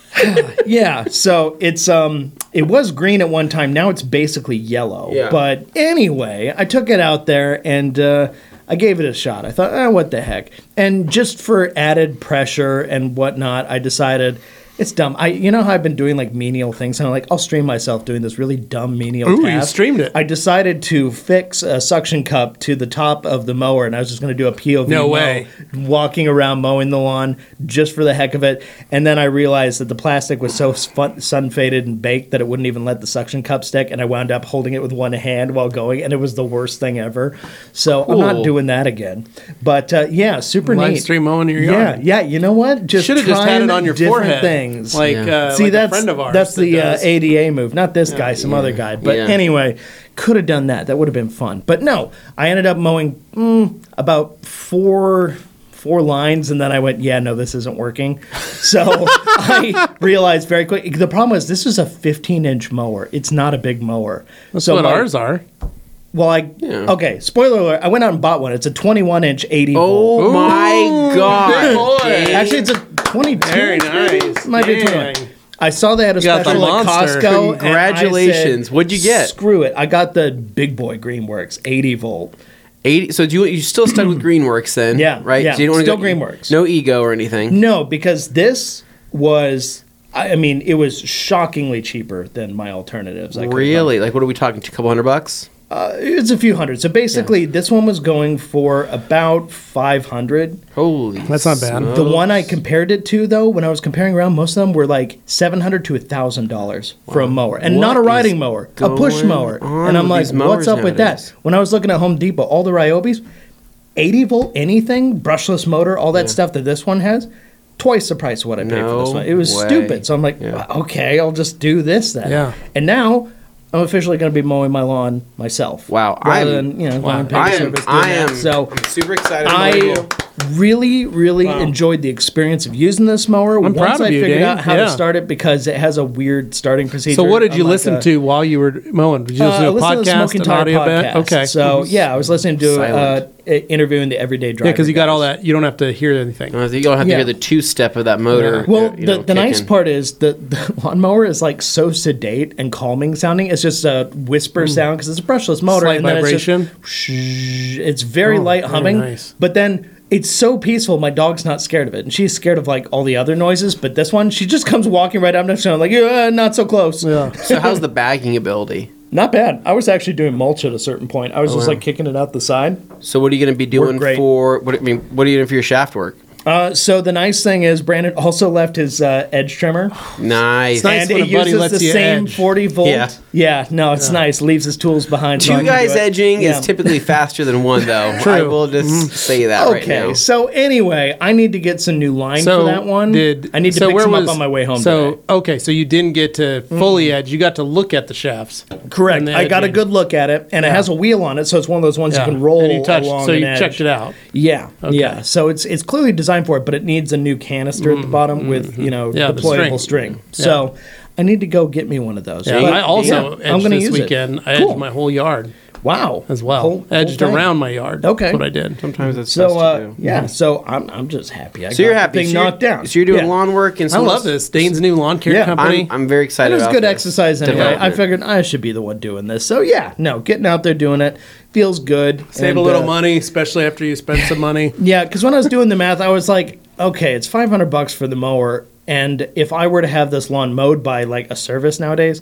Speaker 1: Yeah, so it's um, it was green at one time. Now it's basically yellow.
Speaker 2: Yeah.
Speaker 1: But anyway, I took it out there and uh, I gave it a shot. I thought, oh, what the heck? And just for added pressure and whatnot, I decided. It's dumb. I, you know how I've been doing like menial things, and I'm like, I'll stream myself doing this really dumb menial.
Speaker 3: Ooh, you
Speaker 1: task.
Speaker 3: streamed it.
Speaker 1: I decided to fix a suction cup to the top of the mower, and I was just going to do a POV.
Speaker 3: No
Speaker 1: mow,
Speaker 3: way.
Speaker 1: Walking around mowing the lawn just for the heck of it, and then I realized that the plastic was so fun, sun faded and baked that it wouldn't even let the suction cup stick, and I wound up holding it with one hand while going, and it was the worst thing ever. So I'm
Speaker 2: Cool.
Speaker 1: not doing that again. But uh, yeah, super
Speaker 3: Live
Speaker 1: neat.
Speaker 3: stream mowing in your
Speaker 1: Yeah,
Speaker 3: yard.
Speaker 1: yeah. You know what? Just
Speaker 3: Should have just had
Speaker 1: trying
Speaker 3: it on your
Speaker 1: different
Speaker 3: forehead.
Speaker 1: Things
Speaker 3: Like,
Speaker 2: Yeah.
Speaker 3: uh,
Speaker 1: See,
Speaker 3: like
Speaker 1: that's
Speaker 3: a friend of ours.
Speaker 1: that's
Speaker 3: that
Speaker 1: the uh,
Speaker 3: does-
Speaker 1: ADA move, not this guy, some other guy. But
Speaker 2: Yeah.
Speaker 1: anyway, could have done that. That would have been fun. But no, I ended up mowing mm, about four four lines, and then I went, yeah, no, this isn't working. So [LAUGHS] I realized very quick. The problem was this is a 15 inch mower. It's not a big mower.
Speaker 3: That's what
Speaker 1: my-
Speaker 3: ours are.
Speaker 1: Well, I
Speaker 2: Yeah.
Speaker 1: okay. Spoiler alert. I went out and bought one. It's a 21 inch 80 volt.
Speaker 2: Oh
Speaker 1: [LAUGHS]
Speaker 2: my god!
Speaker 3: boy.
Speaker 2: Dane.
Speaker 1: Actually, it's a 22.
Speaker 3: Very nice.
Speaker 1: Might be a
Speaker 3: Dang.
Speaker 1: 21. I saw they had a
Speaker 3: got the
Speaker 1: special at
Speaker 3: monster.
Speaker 1: Costco. and I
Speaker 2: Congratulations.
Speaker 1: said,
Speaker 2: What'd you get?
Speaker 1: Screw it. I got the big boy Greenworks 80 volt.
Speaker 2: 80, so do you you still
Speaker 1: [CLEARS THROAT]
Speaker 2: stuck with Greenworks then?
Speaker 1: Yeah,
Speaker 2: Right.
Speaker 1: yeah,
Speaker 2: So you don't wanna
Speaker 1: still
Speaker 2: go-
Speaker 1: Greenworks.
Speaker 2: No ego or anything.
Speaker 1: No, because this was, I I mean, it was shockingly cheaper than my alternatives. I could've
Speaker 2: really? Like what are we talking? A couple hundred bucks?
Speaker 1: gone- Uh, It's a few hundred. So basically, this one was going for about 500.
Speaker 2: Holy.
Speaker 3: That's not bad.
Speaker 1: The one I compared it to, though, when I was comparing around, most of them were like seven hundred to thousand dollars for a mower, and
Speaker 2: What
Speaker 1: not a
Speaker 2: is
Speaker 1: riding mower, a push
Speaker 2: going
Speaker 1: mower.
Speaker 2: on
Speaker 1: And I'm
Speaker 2: with
Speaker 1: like,
Speaker 2: these
Speaker 1: what's
Speaker 2: mowers
Speaker 1: up with that?
Speaker 2: nowadays?
Speaker 1: When I was looking at Home Depot, all the Ryobis, eighty volt anything, brushless motor, all that stuff that this one has, twice the price of what I paid for this
Speaker 2: No
Speaker 1: one. It was
Speaker 2: way.
Speaker 1: stupid. So I'm like,
Speaker 2: Yeah.
Speaker 1: okay, I'll just do this then.
Speaker 3: Yeah.
Speaker 1: And now. I'm officially going to be mowing my lawn myself.
Speaker 2: Wow,
Speaker 1: rather
Speaker 2: I'm-
Speaker 1: than you know,
Speaker 3: Wow.
Speaker 1: going to
Speaker 2: I
Speaker 1: pay
Speaker 2: am.
Speaker 1: service. doing
Speaker 2: I
Speaker 1: that.
Speaker 2: am.
Speaker 1: So
Speaker 2: I'm super excited. for
Speaker 1: I
Speaker 2: you.
Speaker 1: really, really enjoyed the experience of using this mower.
Speaker 3: I'm
Speaker 1: Once
Speaker 3: proud
Speaker 1: I
Speaker 3: of you,
Speaker 1: figured
Speaker 3: Dave.
Speaker 1: out how
Speaker 3: Yeah.
Speaker 1: to start it because it has a weird starting procedure.
Speaker 3: So what did you
Speaker 1: unlike
Speaker 3: listen
Speaker 1: a-
Speaker 3: to while you were mowing? Did you
Speaker 1: Uh, I
Speaker 3: listen to a
Speaker 1: listened to the
Speaker 3: podcast,
Speaker 1: Smoking
Speaker 3: an
Speaker 1: Tire
Speaker 3: audio bit?
Speaker 1: podcast.
Speaker 3: Okay.
Speaker 1: So yeah, I was listening to uh,
Speaker 2: Silent.
Speaker 1: i- interviewing the everyday driver.
Speaker 3: yeah, because you got
Speaker 1: guys.
Speaker 3: all that. You don't have to hear anything.
Speaker 2: Uh, You don't have to
Speaker 1: Yeah.
Speaker 2: hear the two step of that motor.
Speaker 1: Well,
Speaker 2: uh,
Speaker 1: the,
Speaker 2: you know,
Speaker 1: the nice
Speaker 2: kicking.
Speaker 1: part is the, the [LAUGHS] lawnmower is like so sedate and calming sounding. It's just a whisper sound because it's a brushless motor.
Speaker 3: Slight
Speaker 1: and then
Speaker 3: vibration.
Speaker 1: It's, just, shh, it's very light
Speaker 3: very
Speaker 1: humming.
Speaker 3: nice.
Speaker 1: But then it's so peaceful. My dog's not scared of it, and she's scared of like all the other noises. But this one, she just [LAUGHS] comes walking right up next to me, like, yeah, not so close.
Speaker 3: Yeah.
Speaker 2: So how's the bagging ability?
Speaker 1: [LAUGHS] Not bad. I was actually doing mulch at a certain point. I was just like kicking it out the side.
Speaker 2: So what are you going to be doing
Speaker 1: great.
Speaker 2: for? What I mean, what are you doing for your shaft work?
Speaker 1: Uh, so the nice thing is Brandon also left his uh, edge trimmer.
Speaker 2: Nice.
Speaker 3: Nice
Speaker 1: and
Speaker 3: when
Speaker 1: it
Speaker 3: a buddy
Speaker 1: uses
Speaker 3: lets
Speaker 1: the
Speaker 3: you
Speaker 1: same
Speaker 3: edge.
Speaker 1: 40 volt.
Speaker 2: Yeah.
Speaker 1: Yeah, no, it's nice. Leaves his tools behind. so I
Speaker 2: Two
Speaker 1: can do
Speaker 2: guys
Speaker 1: it.
Speaker 2: edging
Speaker 1: Yeah. Mm-hmm.
Speaker 2: is typically faster than
Speaker 1: [LAUGHS]
Speaker 2: one, though. I
Speaker 3: True.
Speaker 2: will just say that right
Speaker 1: Okay,
Speaker 2: now.
Speaker 1: so anyway, I need to get some new line for that one.
Speaker 3: Did
Speaker 1: I need to
Speaker 3: so
Speaker 1: pick
Speaker 3: where
Speaker 1: some
Speaker 3: was-
Speaker 1: up on my way home.
Speaker 3: So
Speaker 1: today.
Speaker 3: okay, so you didn't get to fully edge. You got to look at the shafts.
Speaker 1: correct.
Speaker 3: and the
Speaker 1: I got a
Speaker 3: edging.
Speaker 1: good look at it, and it has a wheel on it, so it's one of those ones
Speaker 3: Yeah.
Speaker 1: you can roll
Speaker 3: And you touched,
Speaker 1: along.
Speaker 3: so
Speaker 1: an
Speaker 3: you
Speaker 1: edge.
Speaker 3: checked it out.
Speaker 1: Yeah, yeah. So it's it's clearly designed for it, but it needs a new canister at the bottom with you know
Speaker 3: Mm, Yeah, the string.
Speaker 1: deployable string. So I need to go get me one of those.
Speaker 3: Yeah,
Speaker 1: But,
Speaker 3: I also
Speaker 1: yeah,
Speaker 3: edged
Speaker 1: I'm gonna
Speaker 3: this
Speaker 1: use it.
Speaker 3: weekend. I
Speaker 1: Cool.
Speaker 3: edged my whole yard
Speaker 1: Wow,
Speaker 3: as well.
Speaker 1: Whole- whole
Speaker 3: edged
Speaker 1: thing.
Speaker 3: around my yard.
Speaker 1: Okay.
Speaker 3: That's what I did.
Speaker 2: Sometimes it's best
Speaker 1: So
Speaker 2: to
Speaker 1: uh,
Speaker 2: do.
Speaker 1: yeah, so I'm I'm just happy. I
Speaker 2: So you're
Speaker 1: got the
Speaker 2: happy.
Speaker 1: Thing
Speaker 2: so,
Speaker 1: knocked
Speaker 2: you're,
Speaker 1: down.
Speaker 2: so you're doing
Speaker 1: Yeah.
Speaker 2: lawn work and
Speaker 3: I
Speaker 2: some
Speaker 3: love this. Dane's new lawn care
Speaker 1: Yeah,
Speaker 3: company.
Speaker 2: I'm, I'm very
Speaker 1: It
Speaker 2: excited.
Speaker 1: was
Speaker 2: about
Speaker 1: good
Speaker 2: this
Speaker 1: exercise anyway. I
Speaker 2: development.
Speaker 1: figured I should be the one doing this. So yeah, no, getting out there doing it feels good.
Speaker 3: Save
Speaker 1: And,
Speaker 3: a little
Speaker 1: uh,
Speaker 3: money, especially after you spend some money.
Speaker 1: Yeah, because when I was doing the math, I was like, okay, it's 500 bucks for the mower. And if I were to have this lawn mowed by like a service nowadays,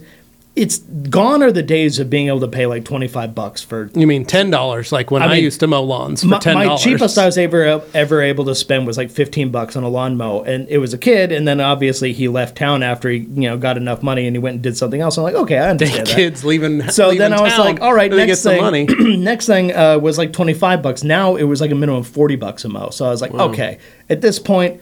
Speaker 1: it's gone are the days of being able to pay like 25 bucks for.
Speaker 3: [LAUGHS] You mean ten dollars? Like when I,
Speaker 1: mean,
Speaker 3: used to mow lawns for
Speaker 1: My,
Speaker 3: ten
Speaker 1: my
Speaker 3: dollars.
Speaker 1: cheapest I
Speaker 3: [LAUGHS]
Speaker 1: was ever ever able to spend was like 15 bucks on a lawn mow. And it was a kid. And then obviously he left town after he, you know, got enough money and he went and did something else. I'm like, okay, I understand that.
Speaker 3: kids leaving.
Speaker 1: [LAUGHS] So
Speaker 3: leaving
Speaker 1: then I was
Speaker 3: town
Speaker 1: like, all right,
Speaker 3: and they
Speaker 1: next
Speaker 3: get
Speaker 1: thing,
Speaker 3: some
Speaker 1: [CLEARS THROAT]
Speaker 3: money.
Speaker 1: next thing uh, was like 25 bucks. Now it was like a minimum of 40 bucks a mow. So I was like, okay, at this point,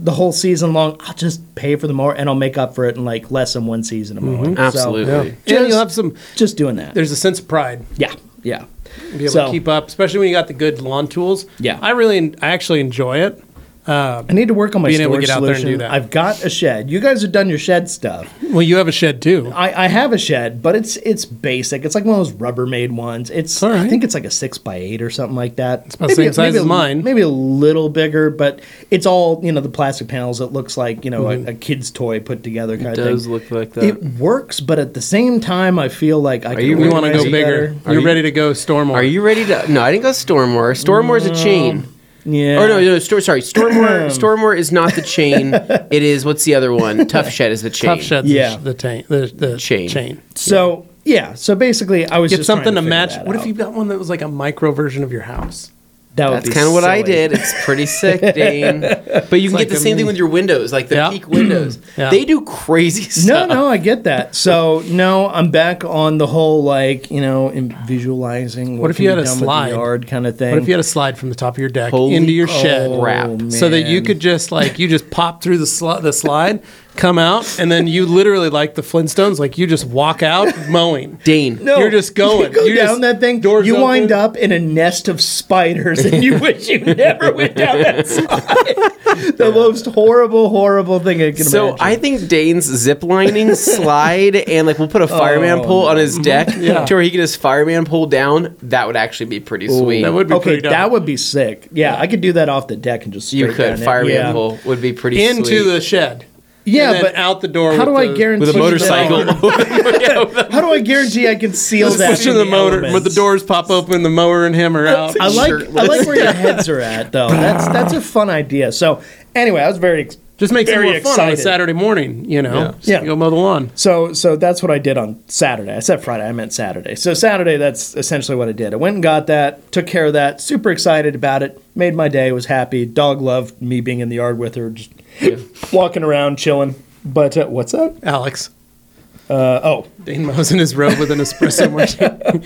Speaker 1: the whole season long, I'll just pay for the mower and I'll make up for it in like less than one season of mowing. So,
Speaker 2: Absolutely. Yeah.
Speaker 3: and
Speaker 1: Just-
Speaker 3: you'll have some.
Speaker 1: just doing that.
Speaker 3: Mm-hmm. There's a sense of pride.
Speaker 1: Yeah, yeah.
Speaker 3: be able
Speaker 1: So
Speaker 3: to keep up, especially when you got the good lawn tools.
Speaker 1: Yeah.
Speaker 3: I really, I actually enjoy it.
Speaker 1: I need to work on my
Speaker 3: Being able
Speaker 1: storage
Speaker 3: to get out there and
Speaker 1: solution.
Speaker 3: do that.
Speaker 1: I've got a shed. You guys have done your shed stuff.
Speaker 3: Well, you have a shed too.
Speaker 1: I, I have a shed, but it's it's basic. It's like one of those Rubbermaid ones. It's
Speaker 3: All right.
Speaker 1: I think it's like a six by eight or something like that. It's
Speaker 3: about the same size as mine.
Speaker 1: Maybe a little bigger, but it's all you know the plastic panels. It looks like you know
Speaker 3: Mm-hmm.
Speaker 1: a, a kid's toy put together kind of
Speaker 2: does
Speaker 1: thing.
Speaker 2: look like that.
Speaker 1: It works, but at the same time, I feel like I. Are
Speaker 2: you-
Speaker 3: You
Speaker 2: Where
Speaker 3: want to
Speaker 2: do I
Speaker 3: go
Speaker 2: see
Speaker 3: bigger.
Speaker 2: Are
Speaker 3: You're
Speaker 2: you-
Speaker 3: ready to go storm.
Speaker 2: Are you ready to? No, I didn't go Stormwar. Stormwar is a
Speaker 1: Mm.
Speaker 2: chain.
Speaker 1: Yeah.
Speaker 2: Oh no, no, Stor- sorry. Stormwar, Stormwar is not the chain. It is what's the other one? Tough Shed is the chain.
Speaker 3: tough sheds?
Speaker 1: Yeah.
Speaker 3: Yeah. The, tank, the, the
Speaker 2: Chain.
Speaker 3: chain.
Speaker 1: So yeah. So basically, I was
Speaker 3: Get
Speaker 1: just trying
Speaker 3: something to
Speaker 1: figure
Speaker 3: match.
Speaker 1: That
Speaker 3: What if
Speaker 1: out.
Speaker 3: you got one that was like a micro version of your house?
Speaker 1: That would
Speaker 2: That's
Speaker 1: be
Speaker 2: kind of what I
Speaker 1: silly.
Speaker 2: did. It's pretty sick, Dane. But you can get
Speaker 3: like
Speaker 2: the
Speaker 3: a
Speaker 2: same thing
Speaker 3: mini-
Speaker 2: with your windows, like the
Speaker 3: Yeah.
Speaker 1: [CLEARS THROAT]
Speaker 2: peak windows.
Speaker 3: Yeah.
Speaker 2: They do crazy
Speaker 1: No,
Speaker 2: stuff.
Speaker 1: no, I get that. So no, I'm back on the whole like you know in visualizing. What,
Speaker 3: if
Speaker 1: can
Speaker 3: you
Speaker 1: be
Speaker 3: had a
Speaker 1: done with the
Speaker 3: slide?
Speaker 1: yard kind of thing? oh,
Speaker 3: What if you had a slide from the top of your deck
Speaker 2: Holy
Speaker 3: into your shed?
Speaker 2: crap.
Speaker 3: So that you
Speaker 1: man.
Speaker 3: could just like you just pop through the sli- the slide, come out, and then you literally like the Flintstones, like you just walk out
Speaker 1: [LAUGHS]
Speaker 3: mowing.
Speaker 2: Dane.
Speaker 1: No,
Speaker 3: You're just going.
Speaker 1: You go
Speaker 3: You're
Speaker 1: down
Speaker 3: just-
Speaker 1: that thing.
Speaker 3: doors
Speaker 1: You wind
Speaker 3: open.
Speaker 1: up in a nest of spiders, and
Speaker 3: [LAUGHS]
Speaker 1: you wish you never went down that slide. the most horrible, horrible thing I can
Speaker 2: So
Speaker 1: imagine.
Speaker 2: I think Dane's zip lining slide and like we'll put a fireman
Speaker 1: Oh,
Speaker 2: pole on his deck
Speaker 3: Yeah.
Speaker 2: to where he can his fireman pole down. That would actually be pretty sweet.
Speaker 3: That would be
Speaker 1: okay,
Speaker 3: pretty dope.
Speaker 1: that would be sick. Yeah, I could do that off the deck and just
Speaker 2: you
Speaker 1: straight
Speaker 2: could
Speaker 1: down it.
Speaker 2: fireman
Speaker 1: yeah.
Speaker 2: pole would be pretty
Speaker 3: into
Speaker 2: sweet.
Speaker 3: the shed.
Speaker 1: Yeah,
Speaker 3: and then
Speaker 1: but
Speaker 3: out the door.
Speaker 1: How do
Speaker 3: with
Speaker 1: I
Speaker 3: the-
Speaker 1: guarantee
Speaker 2: with a
Speaker 1: that I
Speaker 2: motorcycle.
Speaker 3: [LAUGHS]
Speaker 1: can- How do I guarantee I can seal
Speaker 3: Just
Speaker 1: that?
Speaker 3: pushing
Speaker 1: from
Speaker 3: the motor,
Speaker 1: elements?
Speaker 3: but the doors pop open. The mower and him are out.
Speaker 1: I like I
Speaker 2: shirtless.
Speaker 1: like where your heads are at though. That's that's a fun idea. So anyway, I was very ex-
Speaker 3: Just makes it more
Speaker 1: very
Speaker 3: fun on a
Speaker 1: excited.
Speaker 3: Saturday morning. You know, Just
Speaker 1: Yeah.
Speaker 3: go mow the lawn.
Speaker 1: so so that's what I did on Saturday. I said Friday, I meant Saturday. So Saturday, that's essentially what I did. I went and got that, took care of that, super excited about it, made my day, was happy. Dog loved me being in the yard with her, just walking around, chilling. But uh, what's up?
Speaker 3: Alex,
Speaker 1: Uh, oh,
Speaker 3: Dane mows in his robe with
Speaker 1: [LAUGHS]
Speaker 3: an espresso machine.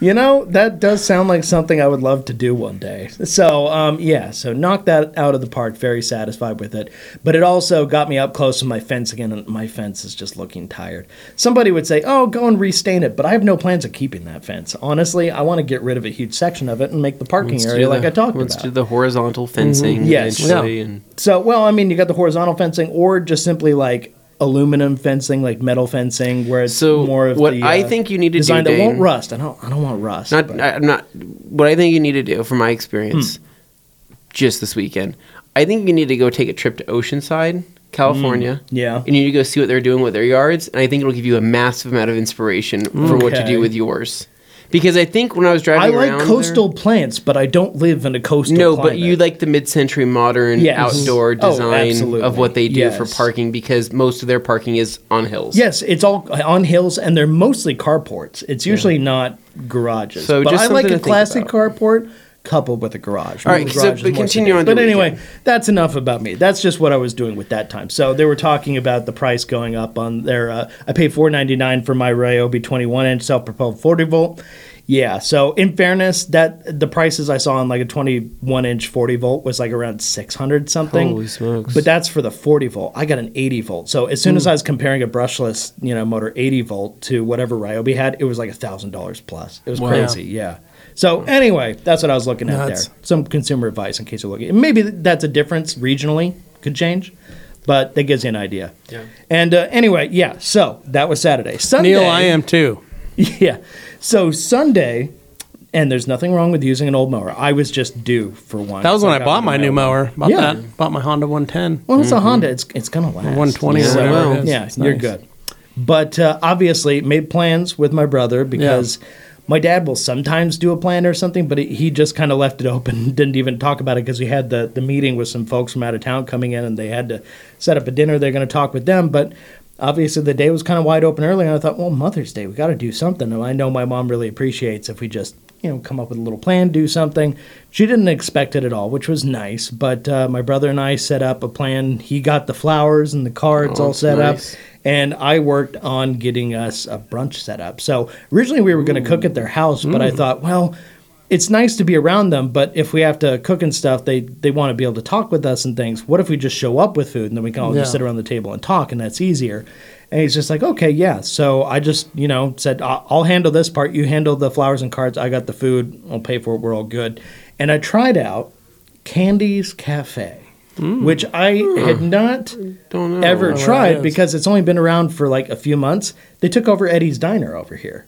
Speaker 1: You know, that does sound like something I would love to do one day. So, um, yeah, so knocked that out of the park, very satisfied with it. But it also got me up close to my fence again, and my fence is just looking tired. Somebody would say, oh, go and restain it, but I have no plans of keeping that fence. Honestly, I want to get rid of a huge section of it and make the parking
Speaker 2: Let's do
Speaker 1: area like
Speaker 2: the-
Speaker 1: I talked
Speaker 2: let's
Speaker 1: about.
Speaker 2: do the horizontal fencing
Speaker 1: Yes.
Speaker 2: eventually,
Speaker 3: Yeah.
Speaker 2: and
Speaker 1: so, well, I mean, you got the horizontal fencing or just simply like aluminum fencing, like metal fencing, where it's
Speaker 2: So,
Speaker 1: more of
Speaker 2: what
Speaker 1: the uh,
Speaker 2: I think you need to do,
Speaker 1: design that won't
Speaker 2: Dane-
Speaker 1: rust. I don't, I don't want rust.
Speaker 2: not
Speaker 1: but-
Speaker 2: I, I'm not what I think you need to do from my experience
Speaker 3: Hmm.
Speaker 2: just this weekend. I think you need to go take a trip to Oceanside, California.
Speaker 3: Hmm.
Speaker 1: yeah.
Speaker 2: And you need to go see what they're doing with their yards, and I think it'll give you a massive amount of inspiration for what to
Speaker 1: Okay.
Speaker 2: do with yours. Because I think when I was
Speaker 1: I
Speaker 2: driving around
Speaker 1: like
Speaker 2: there-
Speaker 1: coastal plants, but I don't live in a coastal.
Speaker 2: no, but
Speaker 1: climate.
Speaker 2: you like the mid-century modern
Speaker 1: Yes.
Speaker 2: outdoor
Speaker 1: Oh,
Speaker 2: design of
Speaker 1: absolutely.
Speaker 2: what they do for
Speaker 1: Yes.
Speaker 2: parking because most of their parking is on hills.
Speaker 1: Yes, it's all on hills, and they're mostly carports. It's usually not garages.
Speaker 2: So
Speaker 1: but
Speaker 2: just
Speaker 1: I like
Speaker 2: something
Speaker 1: a
Speaker 2: to think
Speaker 1: classic carport. coupled with a garage.
Speaker 2: All right,
Speaker 1: Maybe the
Speaker 2: so-
Speaker 1: garage is
Speaker 2: but
Speaker 1: more
Speaker 2: continue
Speaker 1: sedate.
Speaker 2: on to
Speaker 1: But
Speaker 2: the
Speaker 1: anyway,
Speaker 2: weekend.
Speaker 1: that's enough about me. That's just what I was doing with that time. So they were talking about the price going up on their. Uh, I paid four ninety nine for my Ryobi twenty one inch self propelled forty volt. Yeah. So in fairness, that the prices I saw on like a twenty one inch forty volt was like around six hundred something.
Speaker 2: Holy smokes.
Speaker 1: But that's for the forty volt. I got an eighty volt. So as soon as I was comparing a brushless, you know, motor eighty volt to whatever Ryobi had, it was like a thousand dollars plus. It was
Speaker 3: Wow.
Speaker 1: crazy. Yeah. So anyway, that's what I was looking at
Speaker 3: Nuts.
Speaker 1: there. Some consumer advice in case you're looking. Maybe th- that's a difference regionally, could change, but that gives you an idea. Yeah. And uh, anyway, yeah. So that was Saturday. Sunday.
Speaker 3: Neil, I am too.
Speaker 1: [LAUGHS] Yeah. So Sunday, and there's nothing wrong with using an old mower. I was just due for one.
Speaker 3: That was
Speaker 1: So
Speaker 3: when I
Speaker 1: got
Speaker 3: bought
Speaker 1: a
Speaker 3: my new mower. Mm-hmm. Bought
Speaker 1: Yeah.
Speaker 3: that. Bought my Honda 110.
Speaker 1: Well, it's a Honda. It's it's gonna last.
Speaker 3: 120
Speaker 2: or whatever it
Speaker 3: is.
Speaker 1: Yeah,
Speaker 3: It's
Speaker 1: you're
Speaker 3: nice.
Speaker 1: good. But uh, obviously, made plans with my brother because my dad will sometimes do a plan or something, but he- he just kind of left it open, [LAUGHS] didn't even talk about it because we had the the meeting with some folks from out of town coming in, and they had to set up a dinner. They're going to talk with them, but. Obviously, the day was kind of wide open earlier, and I thought, well, Mother's Day, we got to do something. And I know my mom really appreciates if we just, you know, come up with a little plan, do something. She didn't expect it at all, which was nice. But uh, my brother and I set up a plan. He got the flowers and the cards
Speaker 2: Oh,
Speaker 1: all
Speaker 2: that's
Speaker 1: set up
Speaker 2: nice.
Speaker 1: and I worked on getting us a brunch set up. So originally we were going to cook at their house, but I thought, well, it's nice to be around them, but if we have to cook and stuff, they they want to be able to talk with us and things. What if we just show up with food and then we can all
Speaker 3: Yeah.
Speaker 1: just sit around the table and talk, and that's easier. And he's just like, okay, yeah. So I just, you know, said, I- I'll handle this part. You handle the flowers and cards. I got the food. I'll pay for it. We're all good. And I tried out Candy's Cafe,
Speaker 3: Mm.
Speaker 1: which I
Speaker 3: Hmm.
Speaker 1: had not
Speaker 2: Don't know.
Speaker 1: ever
Speaker 3: Oh, it
Speaker 1: tried
Speaker 3: is.
Speaker 1: because it's only been around for like a few months. They took over Eddie's Diner over here.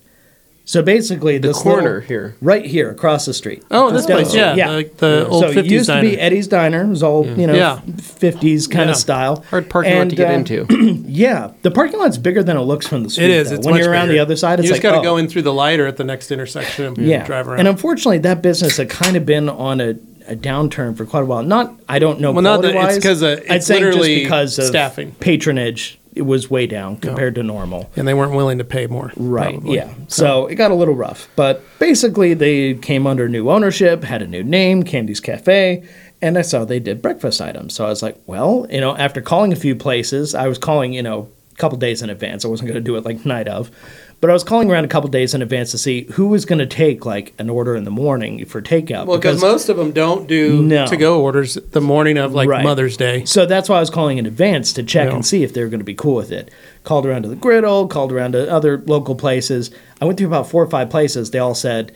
Speaker 1: So basically,
Speaker 2: The
Speaker 1: this
Speaker 2: corner
Speaker 1: little-
Speaker 2: here.
Speaker 1: right here across the street.
Speaker 3: Oh, this
Speaker 1: Down the
Speaker 3: place,
Speaker 1: street.
Speaker 3: yeah, the- the old
Speaker 1: so it
Speaker 3: 50s
Speaker 1: used to be
Speaker 3: diner.
Speaker 1: Eddie's Diner. It was all you know,
Speaker 3: Yeah.
Speaker 1: fifties kind
Speaker 3: Yeah.
Speaker 1: of style.
Speaker 2: Hard parking lot
Speaker 1: And,
Speaker 2: to get
Speaker 1: uh,
Speaker 3: [CLEARS THROAT]
Speaker 2: into.
Speaker 1: Yeah, the parking lot's bigger than it looks from the street.
Speaker 3: It is.
Speaker 1: though.
Speaker 3: It's
Speaker 1: when
Speaker 3: much
Speaker 1: you're around
Speaker 3: bigger.
Speaker 1: the other side, it's
Speaker 3: you
Speaker 1: like
Speaker 3: just got to
Speaker 1: oh,
Speaker 3: go in through the lighter at the next intersection and
Speaker 1: yeah.
Speaker 3: drive around.
Speaker 1: And unfortunately, that business had kind of been on a, a downturn for quite a while. Not, I don't know.
Speaker 3: Well, not that-
Speaker 1: quality-wise.
Speaker 3: it's 'cause, uh,
Speaker 1: I'd
Speaker 3: it's
Speaker 1: say just
Speaker 3: literally
Speaker 1: because of
Speaker 3: staffing.
Speaker 1: patronage. It was way down compared to normal.
Speaker 3: and they weren't willing to pay more.
Speaker 1: Right.
Speaker 3: probably.
Speaker 1: Yeah. So it got a little rough, but basically they came under new ownership, had a new name, Candy's Cafe, and I saw they did breakfast items. So I was like, well, you know, after calling a few places, I was calling, you know, a couple days in advance. I wasn't going to do it like night of, but I was calling around a couple days in advance to see who was going to take like an order in the morning for takeout.
Speaker 3: Well, because most of them don't do
Speaker 1: No.
Speaker 3: to go orders the morning of like
Speaker 1: Right.
Speaker 3: Mother's Day.
Speaker 1: So that's why I was calling in advance to check
Speaker 3: Yeah.
Speaker 1: and see if they were going to be cool with it. Called around to the griddle, called around to other local places. I went through about four or five places. They all said,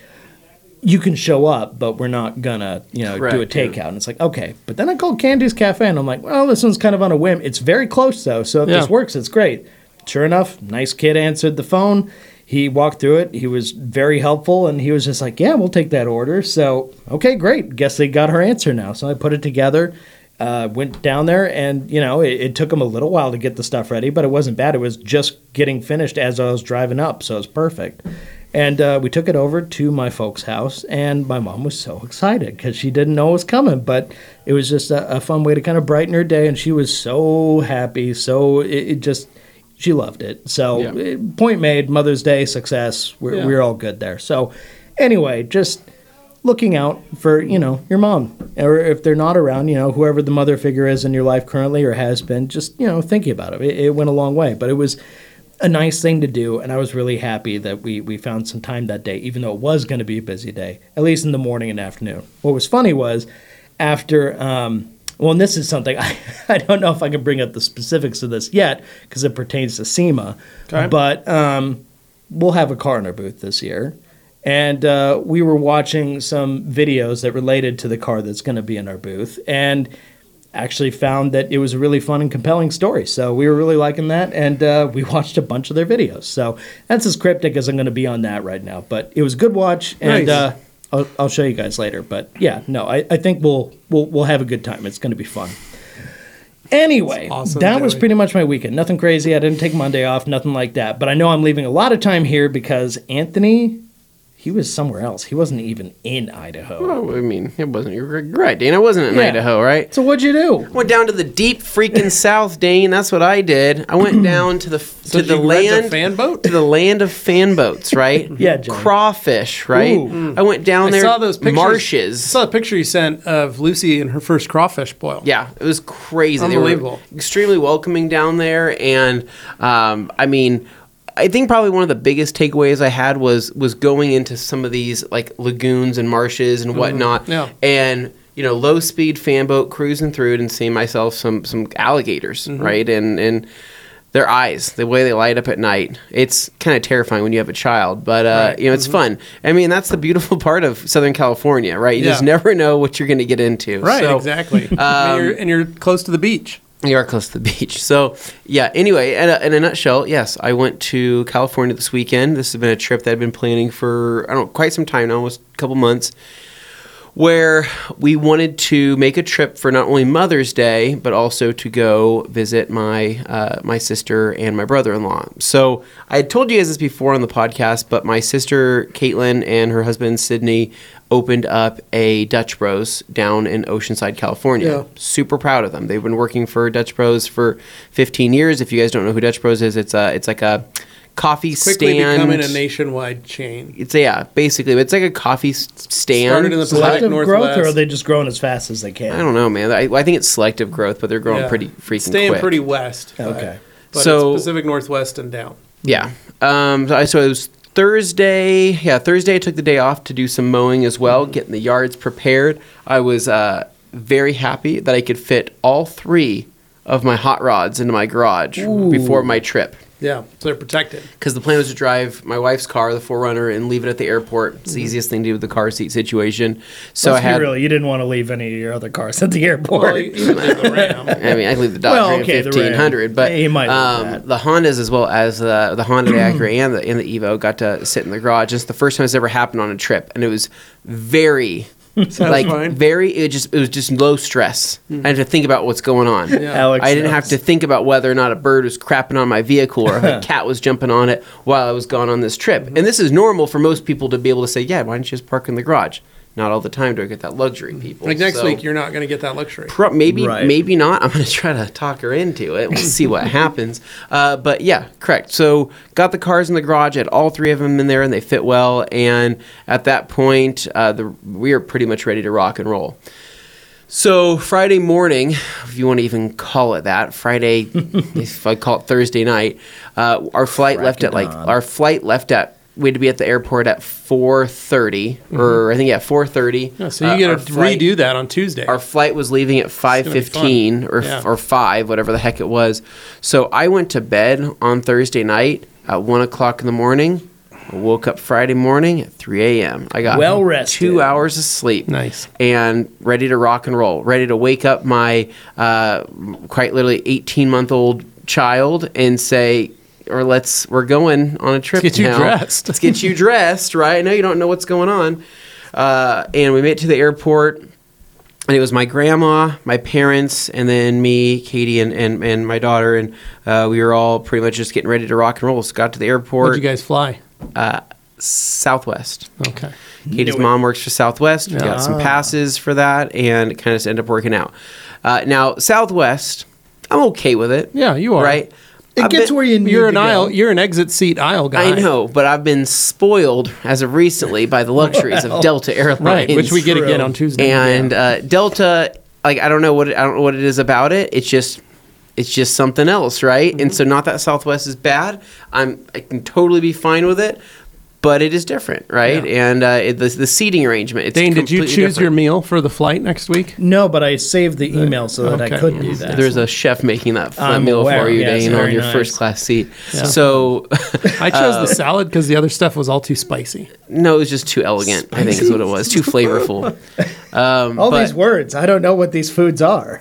Speaker 1: you can show up, but we're not gonna, you know, do a
Speaker 2: Correct, yeah.
Speaker 1: takeout. And it's like, okay. But then I called Candy's Cafe and I'm like, well, this one's kind of on a whim. It's very close though, so if
Speaker 3: Yeah.
Speaker 1: this works, it's great. Sure enough, nice kid answered the phone. He walked through it. He was very helpful and he was just like, yeah, we'll take that order. So, okay, great. Guess they got her answer now. So I put it together. Uh, went down there and you know it, it took him a little while to get the stuff ready but it wasn't bad it was just getting finished as i was driving up so it was perfect and uh, we took it over to my folks' house, and my mom was so excited because she didn't know it was coming. But it was just a, a fun way to kind of brighten her day, and she was so happy. So it, it just, she loved it. So
Speaker 2: Yeah.
Speaker 1: eh, point made, Mother's Day success. We're,
Speaker 3: Yeah.
Speaker 1: we're all good there. So anyway, just looking out for you know your mom, or if they're not around, you know whoever the mother figure is in your life currently or has been. Just you know thinking about it. It, it went a long way, but it was a nice thing to do, and I was really happy that we we found some time that day, even though it was going to be a busy day, at least in the morning and afternoon. What was funny was after. Um, well, and this is something [LAUGHS] I, I don't know if I can bring up the specifics of this yet because it pertains to SEMA. But um, we'll have a car in our booth this year. And uh, we were watching some videos that related to the car that's going to be in our booth and actually found that it was a really fun and compelling story. So we were really liking that. And uh, we [LAUGHS] watched a bunch of their videos. So that's as cryptic as I'm going to be on that right now. But it was a good watch. And
Speaker 3: Nice.
Speaker 1: uh, I'll, I'll show you guys later. But yeah, no, I, I think we'll, we'll, we'll have a good time. It's going to be fun. Anyway,
Speaker 3: Awesome,
Speaker 1: that was
Speaker 3: Joey.
Speaker 1: pretty much my weekend. Nothing crazy. I didn't take Monday off, nothing like that. But I know I'm leaving a lot of time here because Anthony, He was somewhere else. He wasn't even in Idaho.
Speaker 2: Oh, I mean, it wasn't. You're right, Dane. I wasn't in
Speaker 1: Yeah.
Speaker 2: Idaho, right?
Speaker 1: So what'd you do?
Speaker 2: Went down to the deep
Speaker 3: [COUGHS]
Speaker 2: freaking south, Dane. That's what I did. I went down to the to
Speaker 3: did
Speaker 2: the
Speaker 3: you rent a
Speaker 2: land
Speaker 3: fan boat?
Speaker 2: to the land of fan boats,
Speaker 3: [LAUGHS]
Speaker 2: right?
Speaker 1: Yeah, John.
Speaker 2: crawfish, right?
Speaker 1: Ooh. Mm.
Speaker 2: I went down
Speaker 3: I
Speaker 2: there.
Speaker 3: saw those pictures. I
Speaker 2: marshes.
Speaker 3: saw the picture you sent of Lucy and her first crawfish boil.
Speaker 2: Yeah, it was crazy.
Speaker 3: Unbelievable.
Speaker 2: They were extremely welcoming down there, and um, I mean, I think probably one of the biggest takeaways I had was was going into some of these like lagoons and marshes and whatnot,
Speaker 3: Mm-hmm. Yeah.
Speaker 2: and you know, low speed fan boat cruising through it and seeing myself some some alligators,
Speaker 3: Mm-hmm.
Speaker 2: right, and and. Their eyes, the way they light up at night, it's kind of terrifying when you have a child, but uh, you know it's
Speaker 3: Mm-hmm.
Speaker 2: fun. I mean, that's the beautiful [LAUGHS] part of Southern California, right? You just
Speaker 3: Yeah.
Speaker 2: never know what you're going to get into.
Speaker 3: Right,
Speaker 1: [LAUGHS]
Speaker 2: So,
Speaker 3: exactly. and,
Speaker 1: Um,
Speaker 3: you're, and you're close to the beach.
Speaker 2: you are close to the [LAUGHS] beach. So, yeah, anyway, in a, in a nutshell, yes, I went to California this weekend. This has been a trip that I've been planning for, I don't know, quite some time now, almost a couple months, where we wanted to make a trip for not only Mother's Day, but also to go visit my, uh, my sister and my brother in law. So, I had told you guys this before on the podcast, but my sister, Caitlin, and her husband, Sydney, opened up a Dutch Bros down in Oceanside, California
Speaker 3: Yeah.
Speaker 2: super proud of them. They've been working for Dutch Bros for 15 years. If you guys don't know who Dutch Bros is, it's a it's like a coffee
Speaker 3: Quickly
Speaker 2: stand.
Speaker 3: becoming a nationwide chain.
Speaker 2: it's yeah, basically, but it's like a coffee s- stand.
Speaker 3: Started in the
Speaker 2: Select-
Speaker 1: Selective
Speaker 3: Northwest.
Speaker 1: growth, or are they just growing as fast as they can?
Speaker 2: I don't know, man. I, I think it's selective growth, but they're growing
Speaker 3: Yeah.
Speaker 2: pretty freaking
Speaker 3: Staying
Speaker 2: quick.
Speaker 3: pretty west. but-
Speaker 1: Okay.
Speaker 3: But
Speaker 2: So-
Speaker 3: it's Pacific Northwest and down.
Speaker 2: Yeah. Um, so, I, so it was Thursday. Yeah, Thursday I took the day off to do some mowing as well,
Speaker 3: Mm-hmm.
Speaker 2: getting the yards prepared. I was uh, very happy that I could fit all three of my hot rods into my garage before my trip.
Speaker 3: Yeah, so they're protected.
Speaker 2: Because the plan was to drive my wife's car, the Forerunner, and leave it at the airport. It's
Speaker 3: Mm-hmm.
Speaker 2: the easiest thing to do with the car seat situation. So
Speaker 1: Let's
Speaker 2: I had.
Speaker 1: be real. You didn't want to leave any of your other cars at the airport.
Speaker 3: Well, you- you live
Speaker 1: [LAUGHS]
Speaker 3: the Ram.
Speaker 2: [LAUGHS] I mean, I believe the Dodge
Speaker 1: Well,
Speaker 2: Ram
Speaker 1: okay, the Ram.
Speaker 2: 1500, but
Speaker 1: Yeah, you might love
Speaker 2: um,
Speaker 1: that.
Speaker 2: the Hondas as well as the
Speaker 1: [CLEARS THROAT]
Speaker 2: the Honda Acura and the and the Evo got to sit in the garage. It's the first time it's ever happened on a trip, and it was
Speaker 1: [LAUGHS]
Speaker 2: very. like
Speaker 3: fine.
Speaker 2: very it just it was just low stress. I had to think about what's going on.
Speaker 1: Hmm. Alex
Speaker 2: I didn't
Speaker 1: knows.
Speaker 2: have to think about whether or not a bird was crapping on my vehicle or
Speaker 1: [LAUGHS]
Speaker 2: if a cat was jumping on it while I was gone on this trip.
Speaker 1: Mm-hmm.
Speaker 2: And this is normal for most people to be able to say, "Yeah, why don't you just park in the garage?" Not all the time do I get that luxury, people.
Speaker 3: Like next
Speaker 2: So-
Speaker 3: week, you're not going to get that luxury.
Speaker 2: Pro- maybe
Speaker 1: Right.
Speaker 2: maybe not. I'm gonna try to talk her into it. We'll see
Speaker 3: [LAUGHS]
Speaker 2: what happens. Uh, but yeah, correct. So got the cars in the garage. Had all three of them in there, and they fit well. And at that point, uh, the, we are pretty much ready to rock and roll. So Friday morning, if you want to even call it that,
Speaker 3: [LAUGHS]
Speaker 2: Friday, if I call it Thursday night, uh, our flight left at
Speaker 1: Crack
Speaker 2: like
Speaker 1: it on.
Speaker 2: our flight left at we had to be at the airport at 4:30 or I think yeah Uh, 4:30.
Speaker 3: Mm-hmm. Yeah,
Speaker 1: Uh,
Speaker 3: so you got to redo that on Tuesday.
Speaker 2: Our flight was leaving at five
Speaker 3: gonna be
Speaker 2: fifteen or
Speaker 3: Yeah.
Speaker 2: or five, whatever the heck it was. So I went to bed on Thursday night at one o'clock in the morning. I woke up Friday morning at three a.m. I got
Speaker 1: Well rested.
Speaker 2: two hours of sleep.
Speaker 3: Nice.
Speaker 2: and ready to rock and roll. Ready to wake up my uh, quite literally eighteen month old child and say. Or let's we're going on a trip.
Speaker 3: get you
Speaker 2: now.
Speaker 3: dressed.
Speaker 2: Let's get you dressed, right? I know you don't know what's going on. Uh, and we made it to the airport and it was my grandma, my parents, and then me, Katie, and, and, and my daughter, and uh, we were all pretty much just getting ready to rock and roll. So got to the
Speaker 3: Where'd
Speaker 2: airport,
Speaker 3: you guys fly?
Speaker 2: Southwest.
Speaker 3: Okay.
Speaker 2: Katie's
Speaker 1: it.
Speaker 2: mom works for Southwest. We got some
Speaker 1: Ah.
Speaker 2: passes for that, and it kind of just ended up working out. Uh, now Southwest, I'm okay with it.
Speaker 3: Yeah, you are.
Speaker 2: right.
Speaker 1: It
Speaker 2: I've
Speaker 1: gets
Speaker 2: been-
Speaker 1: where you need
Speaker 3: You're an
Speaker 1: to go.
Speaker 3: aisle. You're an exit seat aisle guy.
Speaker 2: I know, but I've been spoiled as of recently by the luxuries of Delta Airlines,
Speaker 3: Right, which we get
Speaker 1: True.
Speaker 3: again on Tuesday.
Speaker 2: and uh, Delta, like I don't know what it, I don't know what it is about it. It's just it's just something else, right? And so not that Southwest is bad. I'm I can totally be fine with it, but it is different, right? And uh, it, the, the seating arrangement. It's
Speaker 3: Dane, did you
Speaker 2: completely
Speaker 3: choose your
Speaker 2: different.
Speaker 3: meal for the flight
Speaker 2: [LAUGHS]
Speaker 3: next week?
Speaker 1: No, but I saved the email so that
Speaker 3: okay.
Speaker 1: I could do that.
Speaker 2: There's a chef making that, that
Speaker 1: I'm
Speaker 2: meal
Speaker 1: aware,
Speaker 2: for you,
Speaker 1: yeah, it's
Speaker 2: Dane, on
Speaker 1: very
Speaker 2: your
Speaker 1: nice.
Speaker 2: first class seat.
Speaker 3: Yeah.
Speaker 2: So [LAUGHS]
Speaker 3: I chose
Speaker 2: Uh,
Speaker 3: the salad because the other stuff was all too spicy.
Speaker 2: no, it was just too elegant. I think is what it was. Too
Speaker 3: [LAUGHS]
Speaker 2: flavorful. Um,
Speaker 1: All
Speaker 2: but-
Speaker 1: these words, I don't know what these foods are.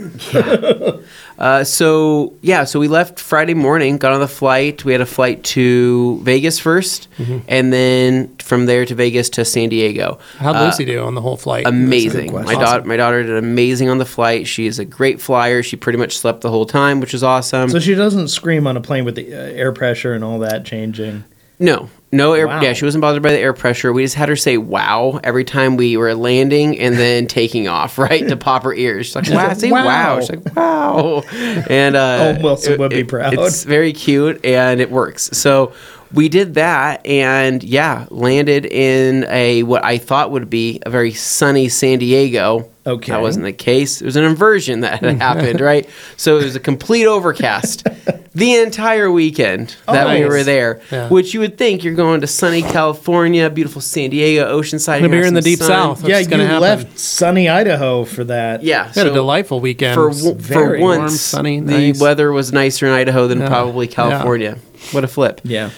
Speaker 2: Uh, so yeah, so we left Friday morning, got on the flight. We had a flight to Vegas 1st and then from there to Vegas to San Diego.
Speaker 3: How'd
Speaker 2: Uh,
Speaker 3: Lucy do on the whole flight?
Speaker 2: amazing. My
Speaker 1: question.
Speaker 2: daughter, my daughter did amazing on the flight. She is a great flyer. She pretty much slept the whole time, which is awesome.
Speaker 1: So she doesn't scream on a plane with the uh, air pressure and all that changing.
Speaker 2: no, No air.
Speaker 1: Wow.
Speaker 2: Yeah, she wasn't bothered by the air pressure. We just had her say "wow" every time we were landing and
Speaker 1: [LAUGHS]
Speaker 2: then taking off, right to pop her ears. She's like, "Wow!"
Speaker 1: like,
Speaker 2: Say "wow!"
Speaker 1: "Wow."
Speaker 2: She's
Speaker 1: [LAUGHS]
Speaker 2: like, "Wow!" And uh,
Speaker 1: Oh, Wilson would be proud.
Speaker 2: It's very cute and it works. So we did that, and yeah, landed in a what I thought would be a very sunny San Diego.
Speaker 1: Okay.
Speaker 2: that wasn't the case. It was an inversion
Speaker 1: [LAUGHS]
Speaker 2: that had happened, right? So it was a complete overcast the entire weekend that we
Speaker 1: Oh, nice.
Speaker 2: were there,
Speaker 3: Yeah.
Speaker 2: which you would think you're going to sunny California, beautiful San Diego, Oceanside.
Speaker 3: Maybe
Speaker 2: you're
Speaker 3: you're in
Speaker 2: gonna
Speaker 3: the
Speaker 2: have some sun.
Speaker 3: deep south.
Speaker 1: yeah,
Speaker 3: That's gonna
Speaker 1: you
Speaker 3: happen.
Speaker 1: left sunny Idaho for that.
Speaker 2: Yeah,
Speaker 3: We had
Speaker 2: so
Speaker 3: a delightful weekend.
Speaker 2: for wo- for
Speaker 1: very
Speaker 2: once,
Speaker 3: warm, sunny,
Speaker 2: the
Speaker 3: nice.
Speaker 2: weather was nicer in Idaho than
Speaker 3: Yeah.
Speaker 2: probably
Speaker 3: Yeah.
Speaker 2: California. What a flip!
Speaker 1: Yeah.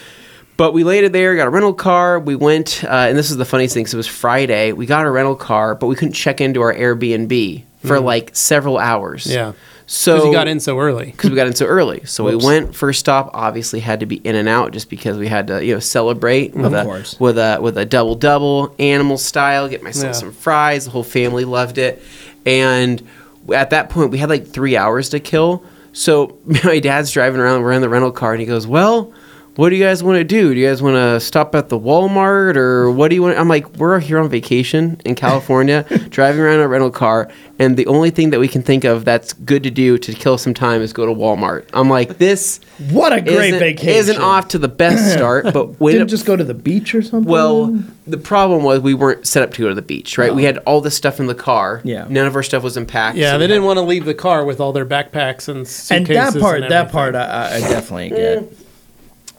Speaker 2: But we landed there, got a rental car. We went, uh, and this was the funniest thing because it was Friday. We got a rental car, but we couldn't check into our Airbnb for like several hours.
Speaker 3: Mm-hmm. yeah, because
Speaker 2: so
Speaker 3: you got in so early.
Speaker 2: because we got in so early. So
Speaker 1: Whoops.
Speaker 2: we went first stop. Obviously, had to be in and out just because we had to you know celebrate with
Speaker 1: Of
Speaker 2: a
Speaker 1: course.
Speaker 2: with a with a double double animal style. Get myself
Speaker 3: Yeah.
Speaker 2: some fries. The whole family loved it, and at that point we had like three hours to kill. So [LAUGHS] my dad's driving around. We're in the rental car, and he goes, "Well." What do you guys want to do? Do you guys want to stop at the Walmart or what do you want? I'm like, we're here on vacation in
Speaker 1: [LAUGHS]
Speaker 2: California, driving around in a rental car, and the only thing that we can think of that's good to do to kill some time is go to Walmart. I'm like, this
Speaker 1: What a great
Speaker 2: isn't,
Speaker 1: vacation.
Speaker 2: isn't off to
Speaker 1: [COUGHS]
Speaker 2: the best start, but we
Speaker 1: Didn't
Speaker 2: ended up
Speaker 1: just go to the beach or something?
Speaker 2: well, the problem was we weren't set up to go to the beach, right? We had all this stuff in the car.
Speaker 1: Yeah.
Speaker 2: None of our stuff was unpacked.
Speaker 3: Yeah,
Speaker 2: so
Speaker 3: they
Speaker 2: we
Speaker 3: didn't want to leave the car with all their backpacks and suitcases.
Speaker 1: and that part,
Speaker 3: and
Speaker 1: that part, I- I, I definitely
Speaker 2: Eh.
Speaker 1: get.
Speaker 2: had-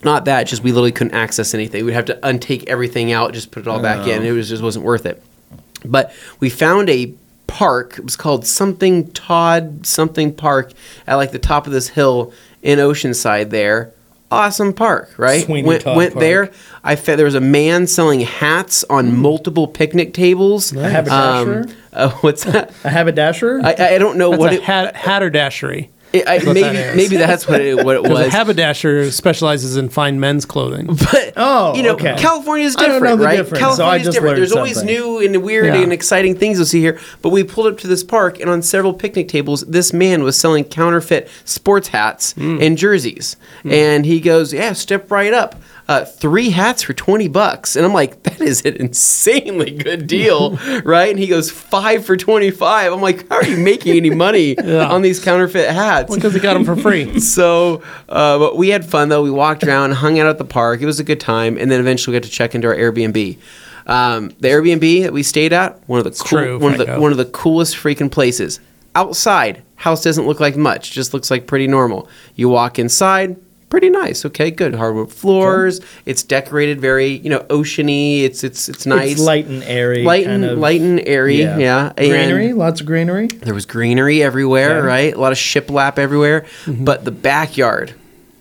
Speaker 2: Not that, just we literally couldn't access anything. We'd have to untake everything out, just put it all back in. It was just wasn't worth it. But we found a park. It was called something Todd something Park at like the top of this hill in Oceanside there. Awesome park, right?
Speaker 1: Sweeney
Speaker 2: went
Speaker 1: Todd
Speaker 2: went
Speaker 1: Park.
Speaker 2: there. I fe- there was a man selling hats on multiple picnic tables.
Speaker 1: Mm. A haberdasher?
Speaker 2: [LAUGHS] uh, what's that?
Speaker 1: A haberdasher?
Speaker 2: I- I, I don't know
Speaker 3: That's
Speaker 2: what
Speaker 3: a
Speaker 2: it,
Speaker 3: hat, haterdashery.
Speaker 2: it I,
Speaker 3: what
Speaker 2: maybe
Speaker 3: that is.
Speaker 2: maybe that's what it,
Speaker 3: [LAUGHS]
Speaker 2: what it
Speaker 3: Because a
Speaker 2: was.
Speaker 3: haberdasher specializes in fine men's
Speaker 2: [LAUGHS]
Speaker 3: clothing.
Speaker 2: But
Speaker 1: Oh,
Speaker 2: you know,
Speaker 1: okay.
Speaker 2: California is
Speaker 1: I don't
Speaker 2: different,
Speaker 1: know the
Speaker 2: right?
Speaker 1: difference, so I
Speaker 2: California is
Speaker 1: just
Speaker 2: different.
Speaker 1: learned
Speaker 2: There's always
Speaker 1: something.
Speaker 2: new and weird
Speaker 3: Yeah.
Speaker 2: and exciting things you'll see here. But we pulled up to this park, and on several picnic tables, this man was selling counterfeit sports hats
Speaker 1: Mm.
Speaker 2: and jerseys. And he goes, "Yeah, step right up." Uh, three hats for 20 bucks. And I'm like, that is an insanely good
Speaker 1: [LAUGHS]
Speaker 2: deal, right? And he goes, five for 25. I'm like, how are you making any
Speaker 1: [LAUGHS]
Speaker 2: money on these counterfeit hats?
Speaker 3: Because they got them for free.
Speaker 2: [LAUGHS] so uh, but we had fun though we walked around hung out at the park it was a good time and then eventually we got to check into our airbnb um, the airbnb that we stayed at one of the cool,
Speaker 3: true,
Speaker 2: one of the
Speaker 3: Franco.
Speaker 2: one of the coolest freaking places outside house doesn't look like much just looks like pretty normal you walk inside pretty nice okay good hardwood floors it's decorated very you know oceany it's it's it's nice
Speaker 1: It's light and airy.
Speaker 2: light
Speaker 1: kind
Speaker 2: and
Speaker 1: of,
Speaker 2: light and airy yeah, And-
Speaker 1: greenery, lots of greenery.
Speaker 2: there was greenery everywhere,
Speaker 1: Okay.
Speaker 2: right? A lot of shiplap everywhere.
Speaker 1: Mm-hmm.
Speaker 2: But the backyard,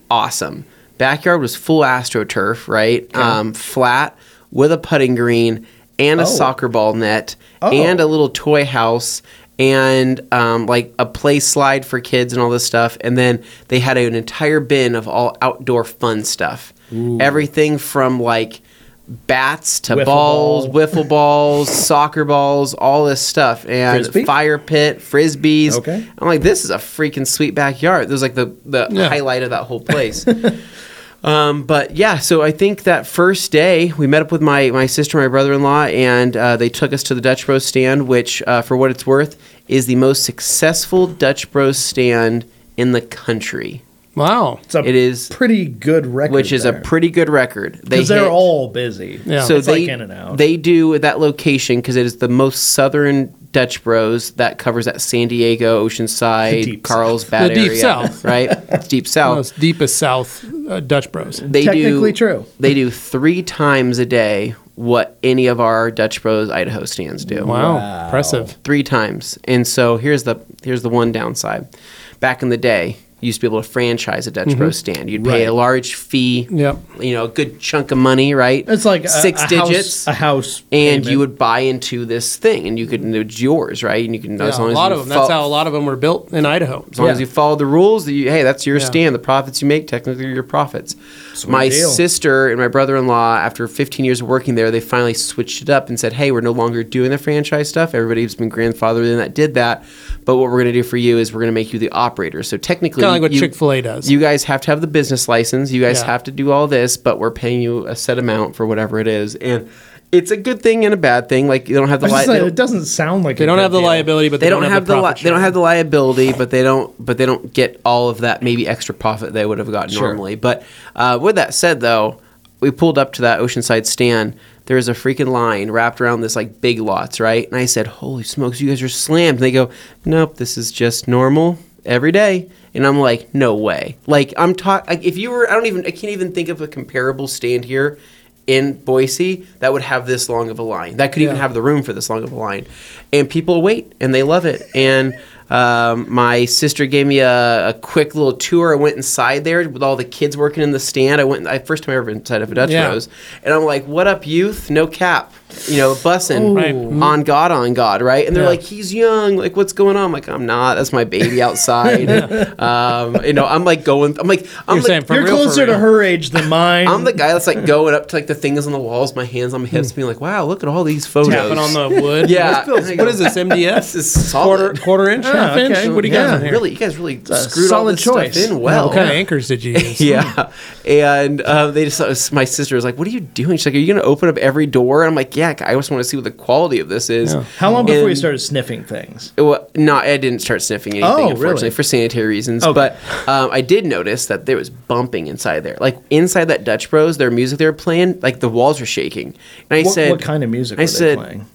Speaker 2: awesome. Backyard was full astroturf, right? Um, flat with a putting green and a
Speaker 1: Oh.
Speaker 2: soccer ball net
Speaker 1: Oh.
Speaker 2: and a little toy house and um, like a play slide for kids and all this stuff. And then they had an entire bin of all outdoor fun stuff. Everything from like bats to
Speaker 1: Wiffle
Speaker 2: balls,
Speaker 1: ball.
Speaker 2: wiffle balls, [LAUGHS] soccer balls, all this stuff. And
Speaker 1: Frisbee?
Speaker 2: fire pit, frisbees.
Speaker 1: Okay.
Speaker 2: I'm like, this is a freaking sweet backyard. This is like the, the
Speaker 3: Yeah.
Speaker 2: highlight of
Speaker 1: [LAUGHS]
Speaker 2: that whole place. um, but yeah, so I think that first day we met up with my, my sister, and my brother in law, and uh, they took us to the Dutch Bros stand, which, uh, for what it's worth, is the most successful Dutch Bros stand in the country.
Speaker 3: Wow.
Speaker 1: It's a
Speaker 2: It is-
Speaker 1: pretty good record.
Speaker 2: Which is a
Speaker 1: there.
Speaker 2: pretty good record. They
Speaker 1: because they're
Speaker 2: hit-
Speaker 1: all busy.
Speaker 3: Yeah.
Speaker 2: So
Speaker 1: it's
Speaker 2: they
Speaker 1: like in and out.
Speaker 2: they do at that location because it is the most southern Dutch Bros that covers that San Diego,
Speaker 1: The
Speaker 2: Oceanside,
Speaker 1: deep
Speaker 2: Carlsbad
Speaker 3: The deep
Speaker 2: area,
Speaker 3: south.
Speaker 2: [LAUGHS] right? It's deep south.
Speaker 3: Most deepest south uh, Dutch Bros.
Speaker 2: They
Speaker 1: Technically
Speaker 2: do,
Speaker 1: true.
Speaker 2: They do three times a day what any of our Dutch Bros Idaho stands do.
Speaker 3: Wow.
Speaker 1: Wow.
Speaker 3: Impressive.
Speaker 2: Three times. And so here's the here's the one downside. Back in the day, you used to be able to franchise a Dutch Bros stand. You'd pay a
Speaker 1: Mm-hmm. Right.
Speaker 2: large fee,
Speaker 3: Yep.
Speaker 2: you know, a good chunk of money, right?
Speaker 1: it's like a,
Speaker 2: six
Speaker 1: a
Speaker 2: digits.
Speaker 1: house, a house,
Speaker 2: and
Speaker 1: payment.
Speaker 2: you would buy into this thing, and you could and it's yours, right? And you can
Speaker 3: Yeah,
Speaker 2: as
Speaker 3: a
Speaker 2: long as
Speaker 3: lot
Speaker 2: you
Speaker 3: of them. That's
Speaker 2: fo-
Speaker 3: how a lot of them were built in Idaho.
Speaker 2: as long as
Speaker 1: Yeah.
Speaker 2: you follow the rules, that you, hey, that's your
Speaker 3: Yeah.
Speaker 2: stand. The profits you make, technically, are your profits. my
Speaker 1: deal.
Speaker 2: sister and my brother-in-law, after 15 years of working there, they finally switched it up and said, "Hey, we're no longer doing the franchise stuff. Everybody's been grandfathered in that did that, but what we're going to do for you is we're going to make you the operator." So technically,
Speaker 3: Kinda like what
Speaker 2: you-
Speaker 3: Chick-fil-A does.
Speaker 2: You guys have to have the business license. You guys
Speaker 3: Yeah.
Speaker 2: have to do all this, but we're paying you a set amount for whatever it is, and it's a good thing and a bad thing. Like you don't have the
Speaker 1: I was just
Speaker 2: li-
Speaker 1: like, it doesn't sound like
Speaker 3: They don't have the
Speaker 1: liability.
Speaker 3: liability, but
Speaker 2: they don't, have, the,
Speaker 3: profit
Speaker 2: li- they don't have the liability, but they don't but they don't get all of that maybe extra profit they would have gotten normally. But uh, with that said, though, we pulled up to that Oceanside stand. There was a freaking line wrapped around this like big lots, right? And I said, "Holy smokes, you guys are slammed!" And they go, "Nope, this is just normal every day." And I'm like, "No way!" Like I'm talking. Like, if you were, I don't even. I can't even think of a comparable stand here in Boise that would have this long of a line. That could even
Speaker 3: Yeah.
Speaker 2: have the room for this long of a line. And people wait and they love it. And um, my sister gave me a, a quick little tour. I went inside there with all the kids working in the stand. I went, I first time I ever been inside of a Dutch
Speaker 3: Yeah.
Speaker 2: Rose. And I'm like, what up, youth? No cap. You know, bussing
Speaker 3: Right.
Speaker 2: on God, on God, right? And they're
Speaker 3: Mm-hmm. Yeah.
Speaker 2: like, he's young. Like, what's going on? I'm like, I'm not. That's my
Speaker 3: [LAUGHS]
Speaker 2: baby outside. um, you know, I'm like going, I'm like, I'm
Speaker 3: You're
Speaker 2: like,
Speaker 3: saying for
Speaker 1: You're
Speaker 3: real, for
Speaker 1: closer to
Speaker 3: real.
Speaker 1: her age than mine.
Speaker 2: [LAUGHS] I'm the guy that's like going up to like the things on the walls, my hands on my hips, being like, "Wow, look at all these photos."
Speaker 3: Hmm. Tapping on the wood.
Speaker 2: [LAUGHS] Yeah.
Speaker 3: What is- what is this? MDS?
Speaker 2: This is
Speaker 3: quarter
Speaker 2: solid.
Speaker 3: quarter inch,
Speaker 1: Yeah,
Speaker 3: half inch.
Speaker 1: okay.
Speaker 3: What do you got
Speaker 1: Yeah.
Speaker 3: in here?
Speaker 2: Really, you guys really uh, screwed all
Speaker 1: solid
Speaker 2: this
Speaker 1: choice.
Speaker 2: stuff in
Speaker 3: Well,
Speaker 2: well.
Speaker 3: what kind of anchors did you use?
Speaker 2: [LAUGHS] Yeah, and um, they just uh, my sister was like, "What are you doing?" She's like, "Are you going to open up every door?" And I'm like, "Yeah, I just want to see what the quality of this is."
Speaker 1: How long before you
Speaker 2: And-
Speaker 1: started sniffing things?
Speaker 2: Well, no, I didn't start sniffing anything,
Speaker 1: Oh, really?
Speaker 2: unfortunately, for sanitary reasons.
Speaker 1: Okay.
Speaker 2: But um, I did notice that there was bumping inside there. Like inside that Dutch Bros, their music they were playing, like the walls were shaking. And I
Speaker 1: What-
Speaker 2: said,
Speaker 1: what kind of music
Speaker 2: I
Speaker 1: were they
Speaker 2: said,
Speaker 1: playing?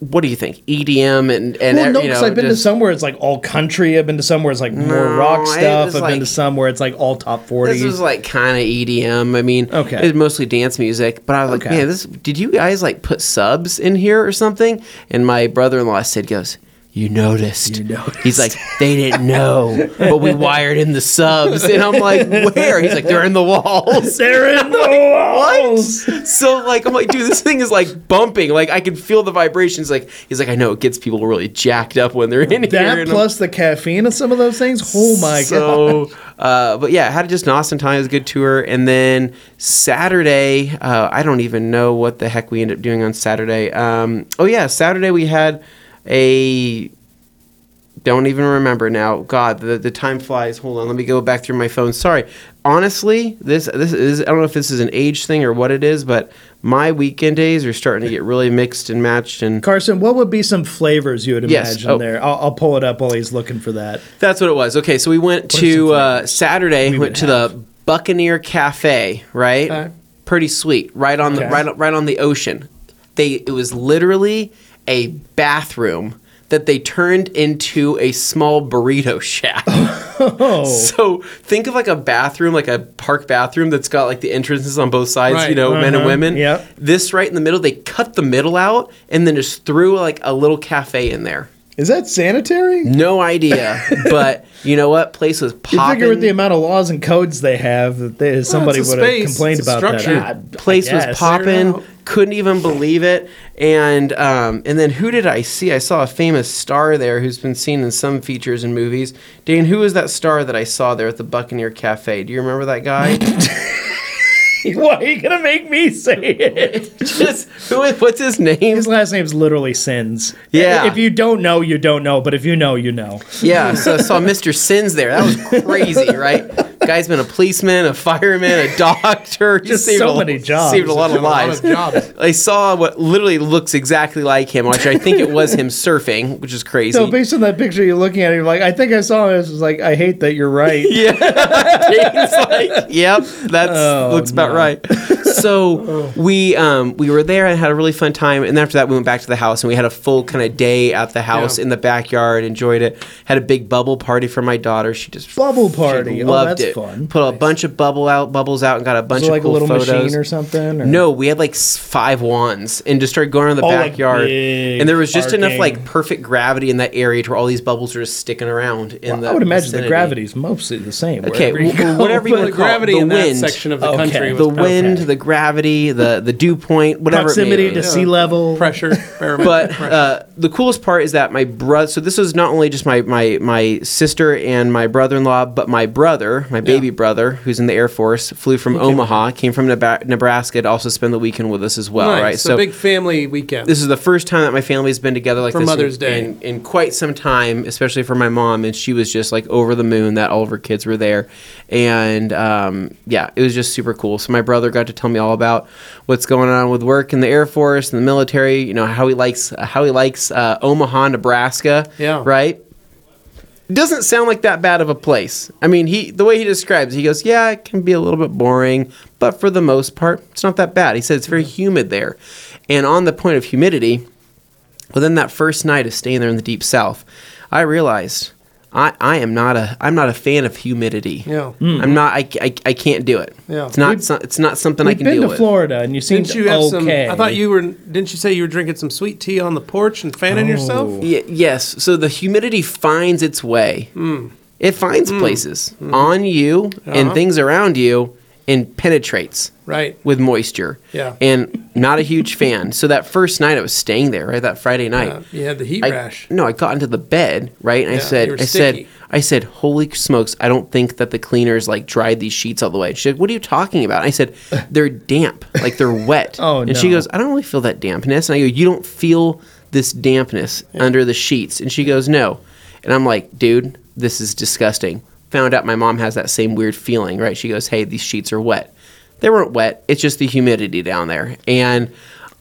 Speaker 2: What do you think? EDM and and
Speaker 1: Well,
Speaker 2: er-
Speaker 1: no,
Speaker 2: you
Speaker 1: because
Speaker 2: know,
Speaker 1: I've been
Speaker 2: just-
Speaker 1: to somewhere it's like all country. I've been to somewhere it's like more
Speaker 2: No,
Speaker 1: rock
Speaker 2: I-
Speaker 1: stuff.
Speaker 2: it's
Speaker 1: I've been
Speaker 2: like-
Speaker 1: to somewhere it's like all top
Speaker 2: This
Speaker 1: forty.
Speaker 2: was like kind of EDM. I mean,
Speaker 1: Okay.
Speaker 2: it was mostly dance music, but I was like,
Speaker 1: Okay.
Speaker 2: man, this. Did you guys like put subs in here or something? And my brother-in-law said, goes. You noticed.
Speaker 1: You noticed.
Speaker 2: He's like,
Speaker 1: [LAUGHS]
Speaker 2: they didn't know, but we wired in the subs. And I'm like, where? He's like, they're in the
Speaker 1: [LAUGHS]
Speaker 2: walls. [LAUGHS]
Speaker 1: They're in the walls.
Speaker 2: So like I'm like, dude, this thing is like bumping. Like I can feel the vibrations. Like he's like, I know it gets people really jacked up when they're in here.
Speaker 1: That
Speaker 2: And I'm-
Speaker 1: plus the caffeine of some of those things. Oh my god!
Speaker 2: so, uh, but yeah, had just an awesome time. It was a good tour. And then Saturday, uh, I don't even know what the heck we ended up doing on Saturday. Um, oh yeah, Saturday we had a. Don't even remember now. God, the, the time flies. Hold on, let me go back through my phone. Sorry. Honestly, this this is I don't know if this is an age thing or what it is, but my weekend days are starting to get really mixed and matched and
Speaker 1: Carson, what would be some flavors you would imagine
Speaker 2: Yes, oh.
Speaker 1: there? I'll, I'll pull it up while he's looking for that. [LAUGHS]
Speaker 2: That's what it was. Okay, so we went to uh, Saturday. We went
Speaker 1: would
Speaker 2: to the Buccaneer Cafe, right?
Speaker 1: Okay.
Speaker 2: Pretty sweet, right on the
Speaker 1: Okay.
Speaker 2: right on- right on the ocean. They it was literally a bathroom that they turned into a small burrito shack.
Speaker 1: Oh,
Speaker 2: [LAUGHS] So think of like a bathroom, like a park bathroom that's got like the entrances on both sides,
Speaker 3: Right,
Speaker 2: you know, men and
Speaker 1: uh-huh,
Speaker 2: women.
Speaker 1: yep.
Speaker 2: This right in the middle, they cut the middle out and then just threw like a little cafe in there.
Speaker 1: is that sanitary? [LAUGHS]
Speaker 2: No idea, but you know what? Place was
Speaker 1: You
Speaker 2: popping.
Speaker 1: figure with the amount of laws and codes they have that they, somebody
Speaker 3: it's a
Speaker 1: would have
Speaker 3: space,
Speaker 1: complained
Speaker 3: it's a
Speaker 1: about
Speaker 3: structure.
Speaker 1: that. I- I
Speaker 2: place was
Speaker 1: guess. [LAUGHS]
Speaker 2: popping. Couldn't even believe it. And um, and then who did I see? I saw a famous star there who's been seen in some features and movies. Dane, who was that star that I saw there at the Buccaneer Cafe? Do you remember that
Speaker 1: [LAUGHS]
Speaker 2: guy?
Speaker 1: Why are you gonna make me say
Speaker 2: [LAUGHS]
Speaker 1: it?
Speaker 2: Just who? is- What's his name?
Speaker 1: His last name's literally Sins.
Speaker 2: Yeah.
Speaker 1: If you don't know, you don't know. But if you know, you know.
Speaker 2: Yeah. So I saw Mr. Sins there. That was crazy, right? Guy's been a policeman, a fireman, a doctor. Just, saved
Speaker 1: so
Speaker 2: a,
Speaker 1: many jobs.
Speaker 2: Saved a lot of lives. [LAUGHS]
Speaker 3: jobs.
Speaker 2: I saw what literally looks exactly like him, which I think
Speaker 1: [LAUGHS]
Speaker 2: it was him surfing, which is crazy.
Speaker 1: So based on that picture you're looking at, you're like, I think I saw this. It's like, I hate that you're
Speaker 2: [LAUGHS]
Speaker 1: right.
Speaker 2: It's like, [LAUGHS] yep, that
Speaker 1: Oh,
Speaker 2: looks about right.
Speaker 1: [LAUGHS]
Speaker 2: So we um, we were there and had a really fun time, and after that we went back to the house and we had a full kind of day at the house
Speaker 3: Yeah.
Speaker 2: in the backyard. Enjoyed it. Had a big bubble party for my daughter. She just
Speaker 1: Bubble
Speaker 2: she
Speaker 1: party. Oh,
Speaker 2: loved
Speaker 1: that's
Speaker 2: it.
Speaker 1: fun.
Speaker 2: Put a bunch of bubble out bubbles out and got a bunch
Speaker 1: Is it
Speaker 2: of
Speaker 1: like a
Speaker 2: cool
Speaker 1: little
Speaker 2: photos.
Speaker 1: machine or something? or-
Speaker 2: No, we had like s- five wands and just started going around the
Speaker 1: Oh, like
Speaker 2: backyard.
Speaker 1: big
Speaker 2: and there was just enough
Speaker 1: arcing.
Speaker 2: like perfect gravity in that area to where all these bubbles are just sticking around. In the
Speaker 1: I would imagine
Speaker 2: vicinity.
Speaker 1: the gravity's mostly the same.
Speaker 2: Okay,
Speaker 1: wherever you
Speaker 2: w-
Speaker 1: go.
Speaker 2: whatever you
Speaker 1: But-
Speaker 2: wanna
Speaker 3: The
Speaker 2: call it,
Speaker 3: gravity
Speaker 2: the
Speaker 3: in that
Speaker 2: wind.
Speaker 3: section of the
Speaker 1: Okay.
Speaker 3: country was
Speaker 2: The wind,
Speaker 1: Okay.
Speaker 2: the gravity, the the dew point, whatever.
Speaker 1: Proximity
Speaker 2: it may
Speaker 1: to
Speaker 2: be.
Speaker 1: sea level.
Speaker 2: [LAUGHS]
Speaker 3: Pressure,
Speaker 2: But
Speaker 1: [LAUGHS]
Speaker 2: uh, the coolest part is that my brother. So this was not only just my my my sister and my brother-in-law, but my brother, my baby brother, who's in the Air Force, flew from Omaha, came from Neba- Nebraska to also spend the weekend with us as well.
Speaker 3: nice.
Speaker 2: Oh, Right.
Speaker 3: So, big family weekend.
Speaker 2: this is the first time that my family's been together like
Speaker 3: For
Speaker 2: this
Speaker 3: Mother's
Speaker 2: in,
Speaker 3: Day.
Speaker 2: in, in quite some time, especially for my mom, and she was just like over the moon that all of her kids were there, and um, yeah, it was just super cool. So my brother got to tell me all about what's going on with work in the Air Force and the military. You know how he likes how he likes uh, Omaha, Nebraska.
Speaker 3: Yeah.
Speaker 2: right doesn't sound like that bad of a place. I mean, he the way he describes, it, he goes, "Yeah, it can be a little bit boring, but for the most part, it's not that bad." He said it's very humid there, and on the point of humidity, well, then that first night of staying there in the deep south, I realized I, I am not a I'm not a fan of humidity.
Speaker 3: Yeah.
Speaker 2: I'm not. I, I, I can't do it.
Speaker 3: Yeah.
Speaker 2: it's not
Speaker 1: Hmm. We've-
Speaker 2: so, it's not something I
Speaker 1: We've
Speaker 2: can
Speaker 1: been
Speaker 2: deal
Speaker 1: to
Speaker 2: with.
Speaker 1: Florida and you seemed
Speaker 3: Didn't you have
Speaker 1: okay.
Speaker 3: some? I thought you were. Didn't you say you were drinking some sweet tea on the porch and fanning yourself?
Speaker 2: Ye- yes. So the humidity finds its way. It finds places on you and things around you and penetrates
Speaker 3: Right.
Speaker 2: with moisture.
Speaker 3: Yeah.
Speaker 2: And not a huge fan. So that first night I was staying there, right? That Friday night.
Speaker 3: Uh, you had the heat
Speaker 2: I-
Speaker 3: rash.
Speaker 2: No, I got into the bed, right? And I
Speaker 3: Yeah,
Speaker 2: said,
Speaker 3: you were
Speaker 2: I
Speaker 3: sticky.
Speaker 2: said, I said, holy smokes, I don't think that the cleaners like dried these sheets all the way. She's like, what are you talking about? I
Speaker 3: [LAUGHS]
Speaker 2: said, they're damp, like they're wet.
Speaker 1: Oh,
Speaker 2: And she
Speaker 1: no.
Speaker 2: goes, I don't really feel that dampness. And I go, you don't feel this dampness under the sheets. And she goes, no. And I'm like, dude, this is disgusting. Found out my mom has that same weird feeling, right? She goes, hey, these sheets are wet. They weren't wet. It's just the humidity down there. And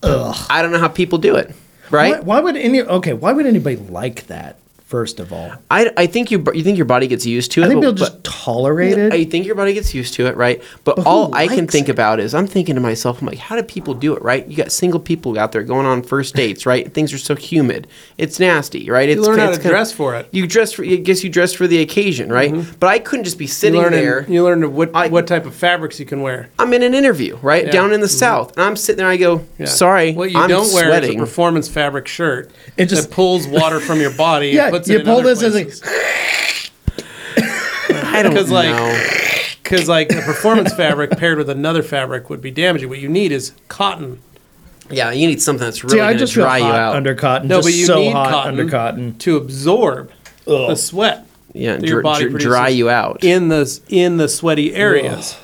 Speaker 2: I don't know how people do it, right?
Speaker 1: Why, why would any? Okay, why would anybody like that? First of all,
Speaker 2: I, I think you you think your body gets used to it.
Speaker 1: I think
Speaker 2: but-
Speaker 1: they'll just tolerate
Speaker 2: but
Speaker 1: it.
Speaker 2: I think your body gets used to it, right? But,
Speaker 1: But who
Speaker 2: all I can
Speaker 1: likes
Speaker 2: think
Speaker 1: it?
Speaker 2: about is I'm thinking to myself, I'm like, how do people do it, right? You got single people out there going on first dates, right? Things are so humid, it's nasty, right? It's,
Speaker 3: learn how
Speaker 2: it's
Speaker 3: to
Speaker 2: kinda-
Speaker 3: dress for it.
Speaker 2: You dress for, I guess you dress for the occasion, right?
Speaker 1: Mm-hmm.
Speaker 2: But I couldn't just be
Speaker 3: You
Speaker 2: sitting
Speaker 3: learned.
Speaker 2: there.
Speaker 3: You learned what
Speaker 2: I-
Speaker 3: what type of fabrics you can wear.
Speaker 2: I'm in an interview, right,
Speaker 3: Yeah. Mm-hmm.
Speaker 2: down in the south, and I'm sitting there. I go,
Speaker 3: Yeah.
Speaker 2: sorry,
Speaker 3: What you
Speaker 2: I'm
Speaker 3: don't wear is a
Speaker 2: sweating.
Speaker 3: performance fabric shirt.
Speaker 1: It
Speaker 3: It
Speaker 1: just-
Speaker 3: just pulls water from your body. and
Speaker 1: yeah,
Speaker 3: puts it
Speaker 1: you
Speaker 3: in
Speaker 1: pull
Speaker 3: other
Speaker 1: this as a.
Speaker 3: places.
Speaker 2: I don't know.
Speaker 3: [LAUGHS] 'cause, like, Because like a performance fabric paired with another fabric would be damaging. What you need is cotton.
Speaker 2: yeah, you need something that's really
Speaker 1: See, I
Speaker 2: going to
Speaker 1: just feel
Speaker 2: dry
Speaker 1: hot
Speaker 2: you out.
Speaker 1: under cotton.
Speaker 3: No,
Speaker 1: just
Speaker 3: but you
Speaker 1: so
Speaker 3: need
Speaker 1: hot
Speaker 3: cotton,
Speaker 1: under cotton.
Speaker 3: to absorb
Speaker 1: Ugh.
Speaker 3: the sweat.
Speaker 2: yeah,
Speaker 3: that your
Speaker 2: dr-
Speaker 3: body
Speaker 2: dr- dry
Speaker 3: produces
Speaker 2: you out.
Speaker 3: in the in the sweaty areas.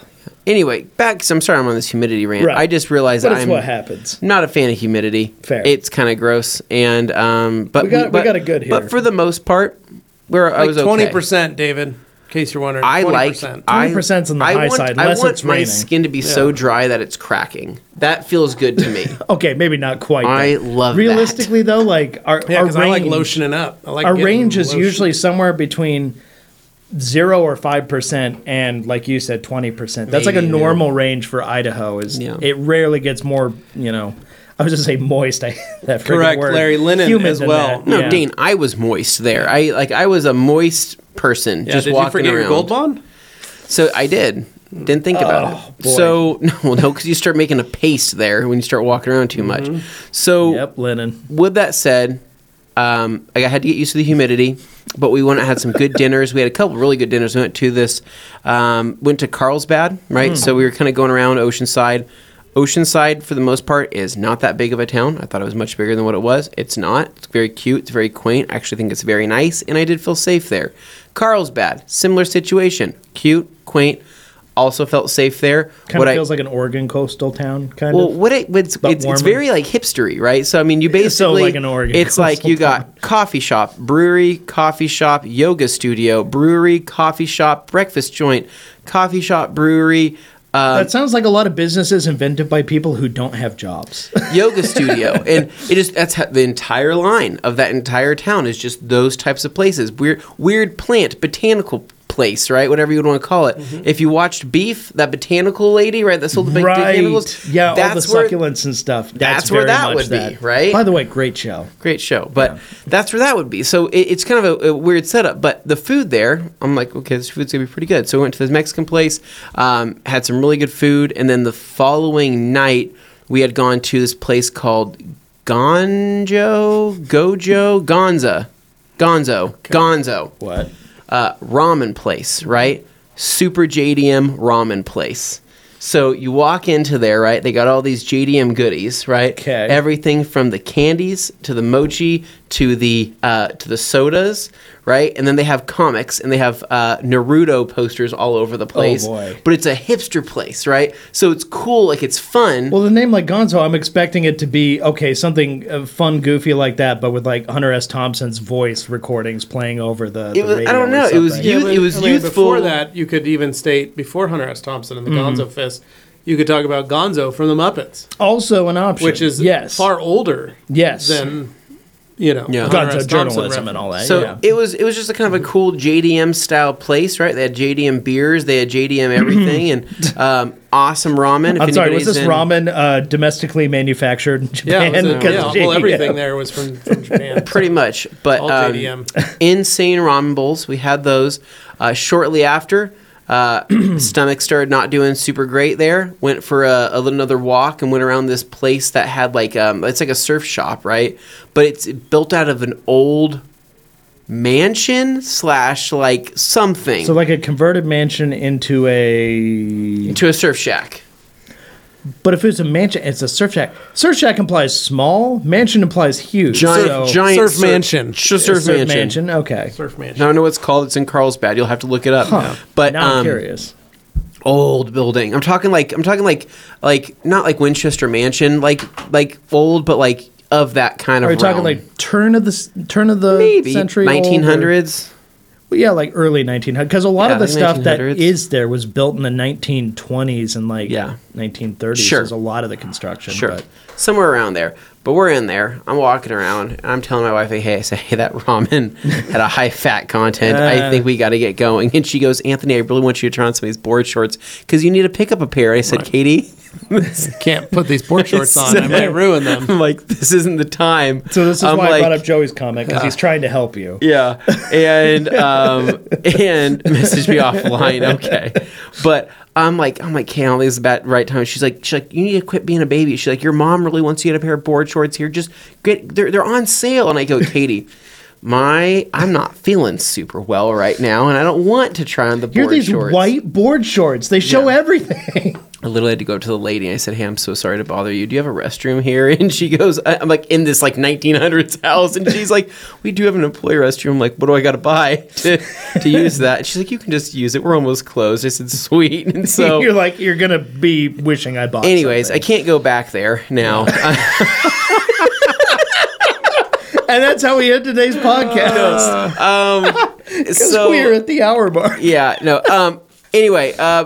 Speaker 2: Anyway, back. 'cause I'm sorry, I'm on this humidity rant.
Speaker 1: Right.
Speaker 2: I just realized
Speaker 1: But
Speaker 2: that
Speaker 1: it's
Speaker 2: I'm
Speaker 1: what happens.
Speaker 2: not a fan of humidity.
Speaker 1: Fair.
Speaker 2: It's kind of gross, and um, but
Speaker 1: We got- we
Speaker 2: but-
Speaker 1: got it good here.
Speaker 2: But for the most part, where I was
Speaker 3: Like twenty
Speaker 2: okay.
Speaker 3: percent, David. In case you're wondering,
Speaker 2: I like
Speaker 3: 20%.
Speaker 2: I-
Speaker 1: 20% 's on the
Speaker 2: I
Speaker 1: high
Speaker 2: want,
Speaker 1: side,
Speaker 2: I
Speaker 1: unless
Speaker 2: want
Speaker 1: it's
Speaker 2: my
Speaker 1: raining.
Speaker 2: skin to be so dry that it's cracking. That feels good
Speaker 1: [LAUGHS]
Speaker 2: to me.
Speaker 1: Okay, maybe not quite.
Speaker 2: I
Speaker 1: but
Speaker 2: love that.
Speaker 1: Realistically, though, like our
Speaker 3: yeah,
Speaker 1: our
Speaker 3: because
Speaker 1: range,
Speaker 3: I like lotioning up. I like
Speaker 1: our
Speaker 3: getting
Speaker 1: range is
Speaker 3: lotion.
Speaker 1: usually somewhere between zero or five percent, and like you said, twenty percent. That's like a
Speaker 2: Maybe, yeah.
Speaker 1: normal range for Idaho. Is
Speaker 2: Yeah.
Speaker 1: it rarely gets more? You know, I was just say moist. [LAUGHS] I that friggin'
Speaker 3: Correct,
Speaker 1: word.
Speaker 3: Larry Linen
Speaker 1: Humid
Speaker 3: as
Speaker 1: than
Speaker 3: well.
Speaker 1: that,
Speaker 2: no,
Speaker 1: yeah.
Speaker 2: Dane, I was moist there. I like I was a moist person
Speaker 3: Yeah,
Speaker 2: just
Speaker 3: did
Speaker 2: walking
Speaker 3: you forget
Speaker 2: around.
Speaker 3: your gold bond?
Speaker 2: So I did. Didn't think about it.
Speaker 1: Oh, boy.
Speaker 2: So [LAUGHS] no, no, because you start making a paste there when you start walking around too much. So
Speaker 1: Mm-hmm. Yep, linen.
Speaker 2: with that said, um, I had to get used to the humidity, but we went and had some good [LAUGHS] dinners. We had a couple really good dinners. We went to this, um, went to Carlsbad, right?
Speaker 1: Hmm.
Speaker 2: So we were kind of going around Oceanside. Oceanside, for the most part, is not that big of a town. I thought it was much bigger than what it was. It's not. It's very cute. It's very quaint. I actually think it's very nice, and I did feel safe there. Carlsbad, similar situation. Cute, quaint. Also felt safe there.
Speaker 1: Kind
Speaker 2: What
Speaker 1: of
Speaker 2: I-
Speaker 1: feels like an Oregon coastal town, kind
Speaker 2: well,
Speaker 1: of.
Speaker 2: what it it's,
Speaker 1: But
Speaker 2: it's, it's
Speaker 1: warmer.
Speaker 2: very like hipstery, right? So I mean, you basically
Speaker 1: It's so like an Oregon
Speaker 2: It's like you
Speaker 1: coastal town.
Speaker 2: got coffee shop, brewery, coffee shop, yoga studio, brewery, coffee shop, breakfast joint, coffee shop, brewery, uh,
Speaker 1: That sounds like a lot of businesses invented by people who don't have jobs.
Speaker 2: yoga
Speaker 1: [LAUGHS]
Speaker 2: studio, and it is that's how, the entire line of that entire town is just those types of places. Weird, weird plant, botanical place, right? Whatever you would want to call it.
Speaker 1: Mm-hmm.
Speaker 2: If you watched Beef, that botanical lady, right? That sold the big botanicals.
Speaker 1: Yeah, all the
Speaker 2: that's where-
Speaker 1: succulents and stuff. That's,
Speaker 2: that's where
Speaker 1: very
Speaker 2: that
Speaker 1: much
Speaker 2: would be, right?
Speaker 1: By the way, great show.
Speaker 2: great show. But that's where that would be. So it, it's kind of a, a weird setup. But the food there, I'm like, okay, this food's gonna be pretty good. So we went to this Mexican place, um, had some really good food, and then the following night we had gone to this place called Gonjo, Gojo, Gonza, Gonzo, Gonzo
Speaker 1: What?
Speaker 2: uh, ramen place, right? Super JDM ramen place. So you walk into there, right? They got all these JDM goodies, right?
Speaker 1: 'Kay.
Speaker 2: Everything from the candies to the mochi to the uh, to the sodas, right? And then they have comics and they have uh, Naruto posters all over the place.
Speaker 1: boy.
Speaker 2: But it's a hipster place, right? So it's cool, like it's fun.
Speaker 1: Well, the name like Gonzo, I'm expecting it to be okay, something uh, fun, goofy like that, but with like Hunter S. Thompson's voice recordings playing over the. the
Speaker 2: It was- I
Speaker 1: radio
Speaker 2: don't
Speaker 1: or
Speaker 2: know, it was
Speaker 1: something.
Speaker 2: you-
Speaker 3: Yeah, but,
Speaker 2: it was
Speaker 3: I mean,
Speaker 2: youthful.
Speaker 3: Before that, you could even state before Hunter S. Thompson and the Gonzo Fist, you could talk about Gonzo from the Muppets,
Speaker 1: also an option,
Speaker 3: which is
Speaker 1: yes,
Speaker 3: far older
Speaker 1: yes,
Speaker 3: than you know
Speaker 2: Yeah.
Speaker 3: Hunter S.
Speaker 1: Gonzo
Speaker 3: Thompson
Speaker 1: journalism and
Speaker 3: reference.
Speaker 1: all that.
Speaker 2: So
Speaker 1: Uh, yeah.
Speaker 2: it was it was just a kind of a cool JDM style place, right? They had JDM beers, they
Speaker 1: [CLEARS THROAT]
Speaker 2: had JDM everything, and um, awesome ramen. If
Speaker 1: I'm sorry, was
Speaker 2: anybody's
Speaker 1: this
Speaker 2: in-
Speaker 1: ramen uh, domestically manufactured in
Speaker 3: Yeah,
Speaker 1: Japan?
Speaker 3: [LAUGHS] it was a-
Speaker 1: [LAUGHS] 'Cause
Speaker 3: yeah, well,
Speaker 1: JDM.
Speaker 3: everything there was from, [LAUGHS] from Japan.
Speaker 2: Pretty much, but
Speaker 3: All
Speaker 2: um,
Speaker 3: JDM.
Speaker 2: [LAUGHS] insane ramen bowls. We had those uh, shortly after.
Speaker 1: [CLEARS THROAT]
Speaker 2: Uh, stomach started not doing super great there. Went for a, a little another walk and went around this place that had like um, it's like a surf shop, right? But it's built out of an old mansion slash like something
Speaker 1: So like a converted mansion into a.
Speaker 2: to a surf shack.
Speaker 1: But if it's a mansion, it's a surf shack. Surf shack implies small. Mansion implies huge.
Speaker 2: giant,
Speaker 1: so-
Speaker 2: giant
Speaker 3: Surf mansion.
Speaker 2: Sh- surf,
Speaker 1: surf
Speaker 2: mansion.
Speaker 1: mansion. Okay.
Speaker 3: Surf
Speaker 2: I
Speaker 3: Mansion.
Speaker 2: don't know what it's called. It's in Carlsbad. You'll have to look it up.
Speaker 1: Huh.
Speaker 2: But
Speaker 1: now I'm
Speaker 2: um,
Speaker 1: curious.
Speaker 2: old building. I'm talking like I'm talking like like not like Winchester Mansion, like like old, but like of that kind
Speaker 1: Are
Speaker 2: of.
Speaker 1: you talking
Speaker 2: realm.
Speaker 1: like turn of the s- turn of the
Speaker 2: maybe
Speaker 1: century, old or-
Speaker 2: 1900s?
Speaker 1: Well, yeah, like early 1900s. Because a lot
Speaker 2: Yeah,
Speaker 1: of the
Speaker 2: like
Speaker 1: stuff that
Speaker 2: 1900s.
Speaker 1: is there was built in the 1920s and like
Speaker 2: Yeah.
Speaker 1: 1930s.
Speaker 2: Sure.
Speaker 1: There's a lot of the construction.
Speaker 2: Sure.
Speaker 1: But
Speaker 2: Somewhere around there. But we're in there. I'm walking around and I'm telling my wife, like, hey, I say, hey, that ramen had a high fat content. I think we got to get going. And she goes, Anthony, I really want you to try on some of these board shorts because you need to pick up a pair. I said, Katie,
Speaker 3: Can't put these [LAUGHS] board shorts on. I might ruin them.
Speaker 2: I'm [LAUGHS] like, this isn't the time.
Speaker 1: so this is
Speaker 2: I'm
Speaker 1: why I
Speaker 2: like- uh,
Speaker 1: brought up Joey's comment because he's trying to help you.
Speaker 2: Yeah, and um, and [LAUGHS] message me offline, okay? But I'm like, I'm like, Kay, I don't think this is about right time. She's like, she's like, you need to quit being a baby. She's like, your mom really wants you to get a pair of board shorts here. Just get, they're they're on sale. And I go, Katie. My, I'm not feeling super well right now, and I don't want to try on the board
Speaker 1: Here are these
Speaker 2: shorts.
Speaker 1: white board shorts. They show
Speaker 2: Yeah.
Speaker 1: everything. [LAUGHS]
Speaker 2: I literally had to go up to the lady and I said, "Hey, I'm so sorry to bother you. Do you have a restroom here?" [LAUGHS] And she goes, I- "I'm like in this like 1900s house," and she's like, "We do have an employee restroom. I'm like, what do I got to buy to
Speaker 1: [LAUGHS]
Speaker 2: to use that?" And she's like, "You can just use it. We're almost closed." I said, "Sweet."
Speaker 1: [LAUGHS]
Speaker 2: And so,
Speaker 1: you're like you're gonna be wishing I bought.
Speaker 2: anyways, I
Speaker 1: something.
Speaker 2: can't go back there
Speaker 1: [LAUGHS]
Speaker 2: now. [LAUGHS]
Speaker 1: and that's how we end
Speaker 2: [LAUGHS]
Speaker 1: today's [LAUGHS] podcast. so
Speaker 2: so
Speaker 1: we're at the hour mark.
Speaker 2: yeah, no. Um. Anyway, uh,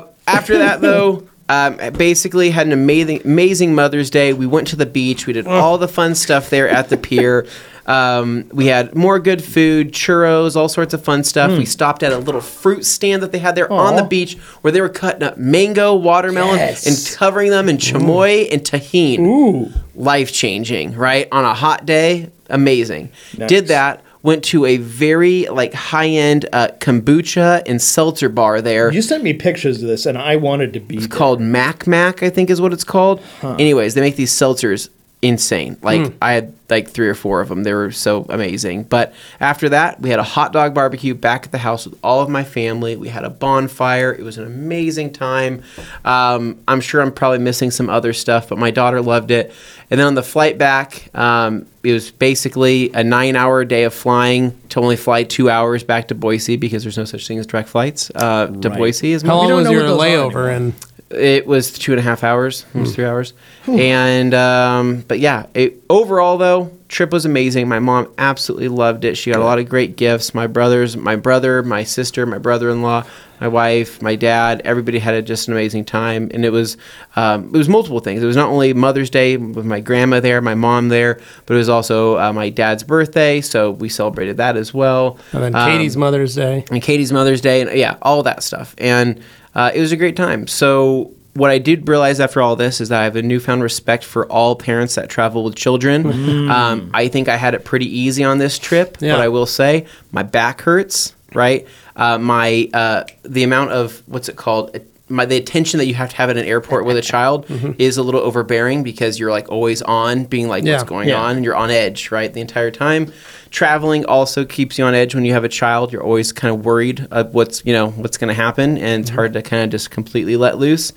Speaker 1: [LAUGHS]
Speaker 2: after that though. Um, I basically had an amazing amazing Mother's Day. We went to the beach. We did all the fun stuff there at the pier. Um, we had more good food, churros, all sorts of fun stuff. We stopped at a little fruit stand that they had there on
Speaker 1: Hmm. Aw.
Speaker 2: the beach where they were cutting up mango, watermelon,
Speaker 1: Yes.
Speaker 2: and covering them in chamoy and tahine. Ooh. Life changing, right? On a hot day, amazing. Did that. Went to a very like high end uh, kombucha and seltzer bar there
Speaker 1: You sent me pictures of this, and I wanted to be. there.
Speaker 2: called Mac Mac, I think is what it's called. Anyways, they make these seltzers insane. Like
Speaker 3: Hmm.
Speaker 2: I had like three or four of them. They were so amazing. But after that, we had a hot dog barbecue back at the house with all of my family. We had a bonfire. It was an amazing time. Um, I'm sure I'm probably missing some other stuff, but my daughter loved it. And then on the flight back, um, it was basically a nine-hour day of flying to only fly two hours back to Boise because there's no such thing as direct flights uh, to
Speaker 1: Right.
Speaker 2: Boise. Is my
Speaker 3: How long
Speaker 1: don't
Speaker 3: was
Speaker 1: know
Speaker 3: your
Speaker 1: what those are
Speaker 3: layover? And
Speaker 2: it was two and a half hours,
Speaker 3: Hmm.
Speaker 2: almost three hours. And um, but yeah, it, overall though, trip was amazing. My mom absolutely loved it. She got a lot of great gifts. My brothers, my brother, my sister, my brother-in-law, my wife, my dad. Everybody had a, just an amazing time, and it was um, it was multiple things. It was not only Mother's Day with my grandma there, my mom there, but it was also uh, my dad's birthday, so we celebrated that as well.
Speaker 3: and then
Speaker 2: Um,
Speaker 3: uh, Katie's Mother's Day.
Speaker 2: and Katie's Mother's Day, and yeah, all that stuff. And uh, it was a great time. So what I did realize after all this is that I have a newfound respect for all parents that travel with children. Um, I think I had it pretty easy on this trip,
Speaker 3: Mm. Yeah.
Speaker 2: but I will say my back hurts. Right, uh, my uh, the amount of what's it called. My, the attention that you have to have at an airport
Speaker 3: [LAUGHS]
Speaker 2: with a child
Speaker 3: Mm-hmm.
Speaker 2: is a little overbearing because you're like always on, being like,
Speaker 3: Yeah.
Speaker 2: "What's going
Speaker 1: Yeah.
Speaker 2: on?" and you're on edge, right, the entire time. Traveling also keeps you on edge when you have a child. You're always kind of worried of what's you know what's going to happen, and it's hard to kind of just completely let loose.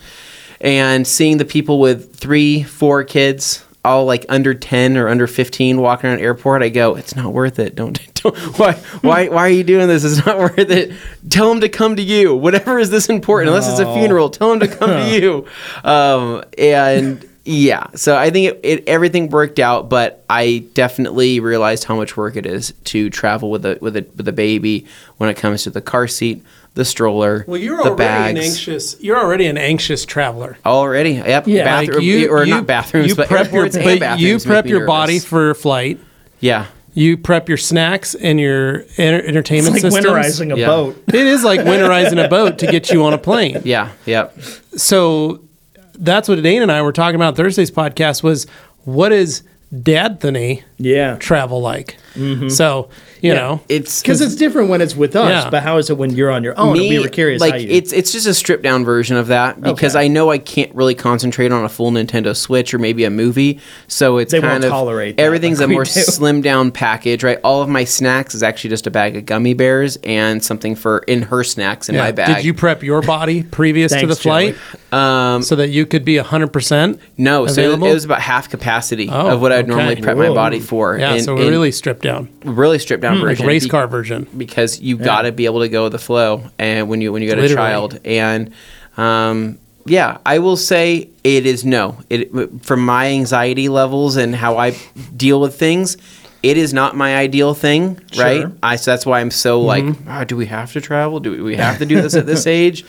Speaker 2: and seeing the people with three, four kids, all like under ten or under fifteen, walking around the airport, I go, it's not worth it. Don't, [LAUGHS] don't why, why, why are you doing this? It's not [LAUGHS] worth it. Tell them to come to you. Whatever is this important, unless it's a funeral, tell them to come to you. Um, and yeah, so I think it, it everything worked out, but I definitely realized how much work it is to travel with a with a with a baby when it comes to the car seat, the stroller,
Speaker 3: Well, you're
Speaker 2: the
Speaker 3: already
Speaker 2: bags.
Speaker 3: an anxious. You're already an anxious traveler.
Speaker 2: Already, yep.
Speaker 1: Yeah.
Speaker 2: bathroom
Speaker 3: Like, you-
Speaker 2: or
Speaker 3: you-
Speaker 2: not bathrooms,
Speaker 3: you
Speaker 2: but
Speaker 3: prep your,
Speaker 2: airports and
Speaker 3: but
Speaker 2: bathrooms
Speaker 3: you
Speaker 2: make
Speaker 3: prep
Speaker 2: me
Speaker 3: your body
Speaker 2: nervous.
Speaker 3: for flight.
Speaker 2: yeah,
Speaker 3: You prep your snacks and your enter- entertainment
Speaker 1: It's like
Speaker 3: systems.
Speaker 1: winterizing a
Speaker 2: Yeah.
Speaker 1: boat.
Speaker 3: It is like winterizing a boat to get you on a plane.
Speaker 2: yeah, yep.
Speaker 3: So that's what Dane and I were talking about Thursday's podcast was what is dadthony
Speaker 1: Yeah.
Speaker 3: travel like? So, you know,
Speaker 2: It's
Speaker 1: Because it's different when it's with us,
Speaker 3: Yeah.
Speaker 1: but how is it when you're on your
Speaker 3: Oh,
Speaker 1: own? And we were curious
Speaker 2: Like
Speaker 1: how you.
Speaker 2: it's it's just a stripped down version of that because
Speaker 1: Okay.
Speaker 2: I know I can't really concentrate on a full Nintendo Switch or maybe a movie, so it's
Speaker 1: They won't
Speaker 2: kind of
Speaker 1: tolerate that
Speaker 2: everything's
Speaker 1: like
Speaker 2: a
Speaker 1: we
Speaker 2: more
Speaker 3: [LAUGHS]
Speaker 1: do.
Speaker 2: slim down package, right? All of my snacks is actually just a bag of gummy bears and something for in her snacks in
Speaker 3: yeah.
Speaker 2: my bag.
Speaker 3: did you prep your body previous to
Speaker 1: Thanks,
Speaker 3: the flight so that you could be 100%?
Speaker 2: Um, no, so it
Speaker 3: available?
Speaker 2: was about half capacity
Speaker 3: Oh,
Speaker 2: of what I'd
Speaker 3: okay.
Speaker 2: normally prep my
Speaker 1: Whoa.
Speaker 2: body for.
Speaker 3: Yeah,
Speaker 2: and-
Speaker 3: so
Speaker 2: and
Speaker 3: we're really stripped down.
Speaker 2: really stripped down
Speaker 3: Like
Speaker 2: version,
Speaker 3: race
Speaker 2: be-
Speaker 3: car version.
Speaker 2: because you've got to be able to go with the flow and when you when you got a
Speaker 3: Literally.
Speaker 2: child and um, yeah i will say it is no it from my anxiety levels and how i deal with things it is not my ideal thing right
Speaker 1: Sure.
Speaker 2: i so that's why i'm so like "Ah, do we have to travel do we, we have to do this at this age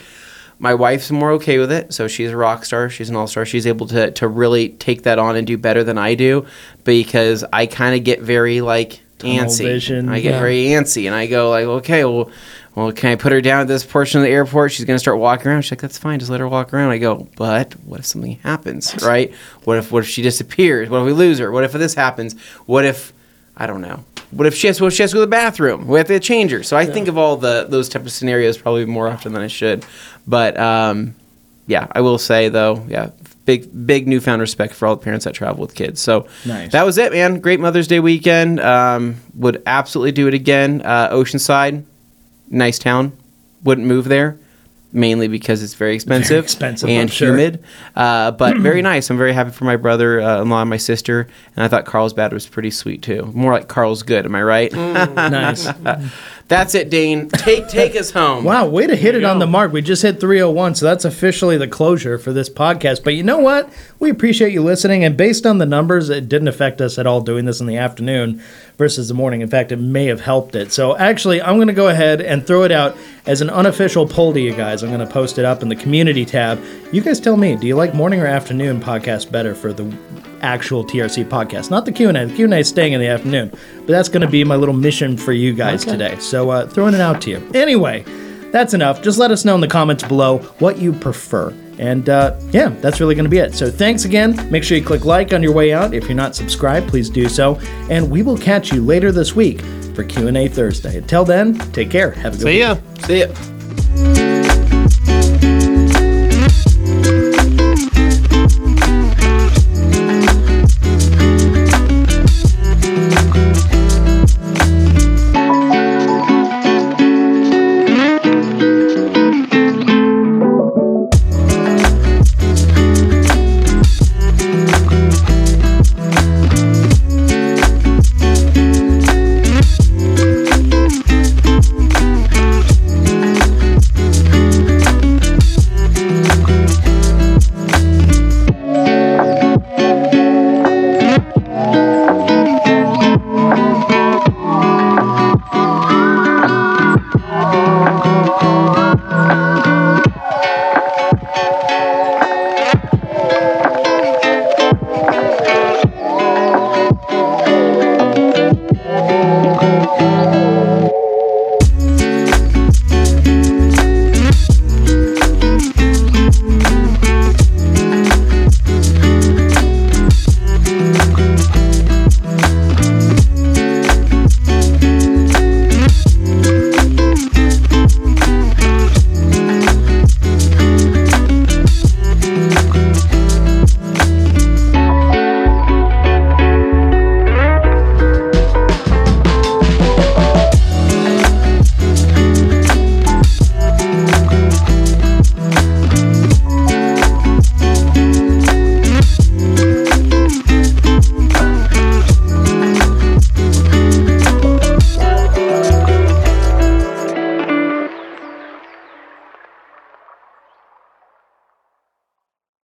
Speaker 2: my wife's more okay with it so she's a rock star she's an all-star she's able to, to really take that on and do better than i do because i kind of get very like
Speaker 1: Tunnel
Speaker 2: antsy
Speaker 1: vision.
Speaker 2: i get
Speaker 3: Yeah.
Speaker 2: very antsy and i go like okay well well can i put her down at this portion of the airport she's going to start walking around she's like that's fine just let her walk around i go but what if something
Speaker 1: [LAUGHS]
Speaker 2: happens right what if what if she disappears what if we lose her what if this happens what if i don't know what if she has what if she has to go to the bathroom we have to change her so i think of all the those type of scenarios probably more often than i should but um yeah i will say though yeah big big newfound respect for all the parents that travel with kids so
Speaker 1: Nice.
Speaker 2: that was it, man. Great Mother's Day weekend. Um, would absolutely do it again. Uh, Oceanside, nice town. Wouldn't move there, mainly because it's very expensive,
Speaker 1: expensive, I'm
Speaker 2: and
Speaker 1: sure.
Speaker 2: humid. Uh,
Speaker 1: [CLEARS THROAT]
Speaker 2: but very nice. I'm very happy for my brother-in-law and my sister. And I thought Carlsbad was pretty sweet too. More like Carl's Good. Am I right?
Speaker 1: nice.
Speaker 2: [LAUGHS] That's it, Dane. Take take us home.
Speaker 1: Wow, way to hit it on the
Speaker 3: go.
Speaker 1: mark. We just hit 301, so that's officially the closure for this podcast. But you know what? We appreciate you listening. And based on the numbers, it didn't affect us at all doing this in the afternoon versus the morning. In fact, it may have helped it. So actually, I'm going to go ahead and throw it out as an unofficial poll to you guys. I'm going to post it up in the community tab. You guys tell me, do you like morning or afternoon podcast better for the actual TRC podcast? Not the Q&A. The Q&A is staying in the afternoon. But that's going to be my little mission for you guys today. So uh, throwing it out to you. Anyway, that's enough. Just let us know in the comments below what you prefer. And uh, yeah, that's really going to be it. So thanks again. Make sure you click like on your way out. If you're not subscribed, please do so. And we will catch you later this week for Q&A Thursday. Until then, take care. Have a good week.
Speaker 3: See ya.
Speaker 2: See ya.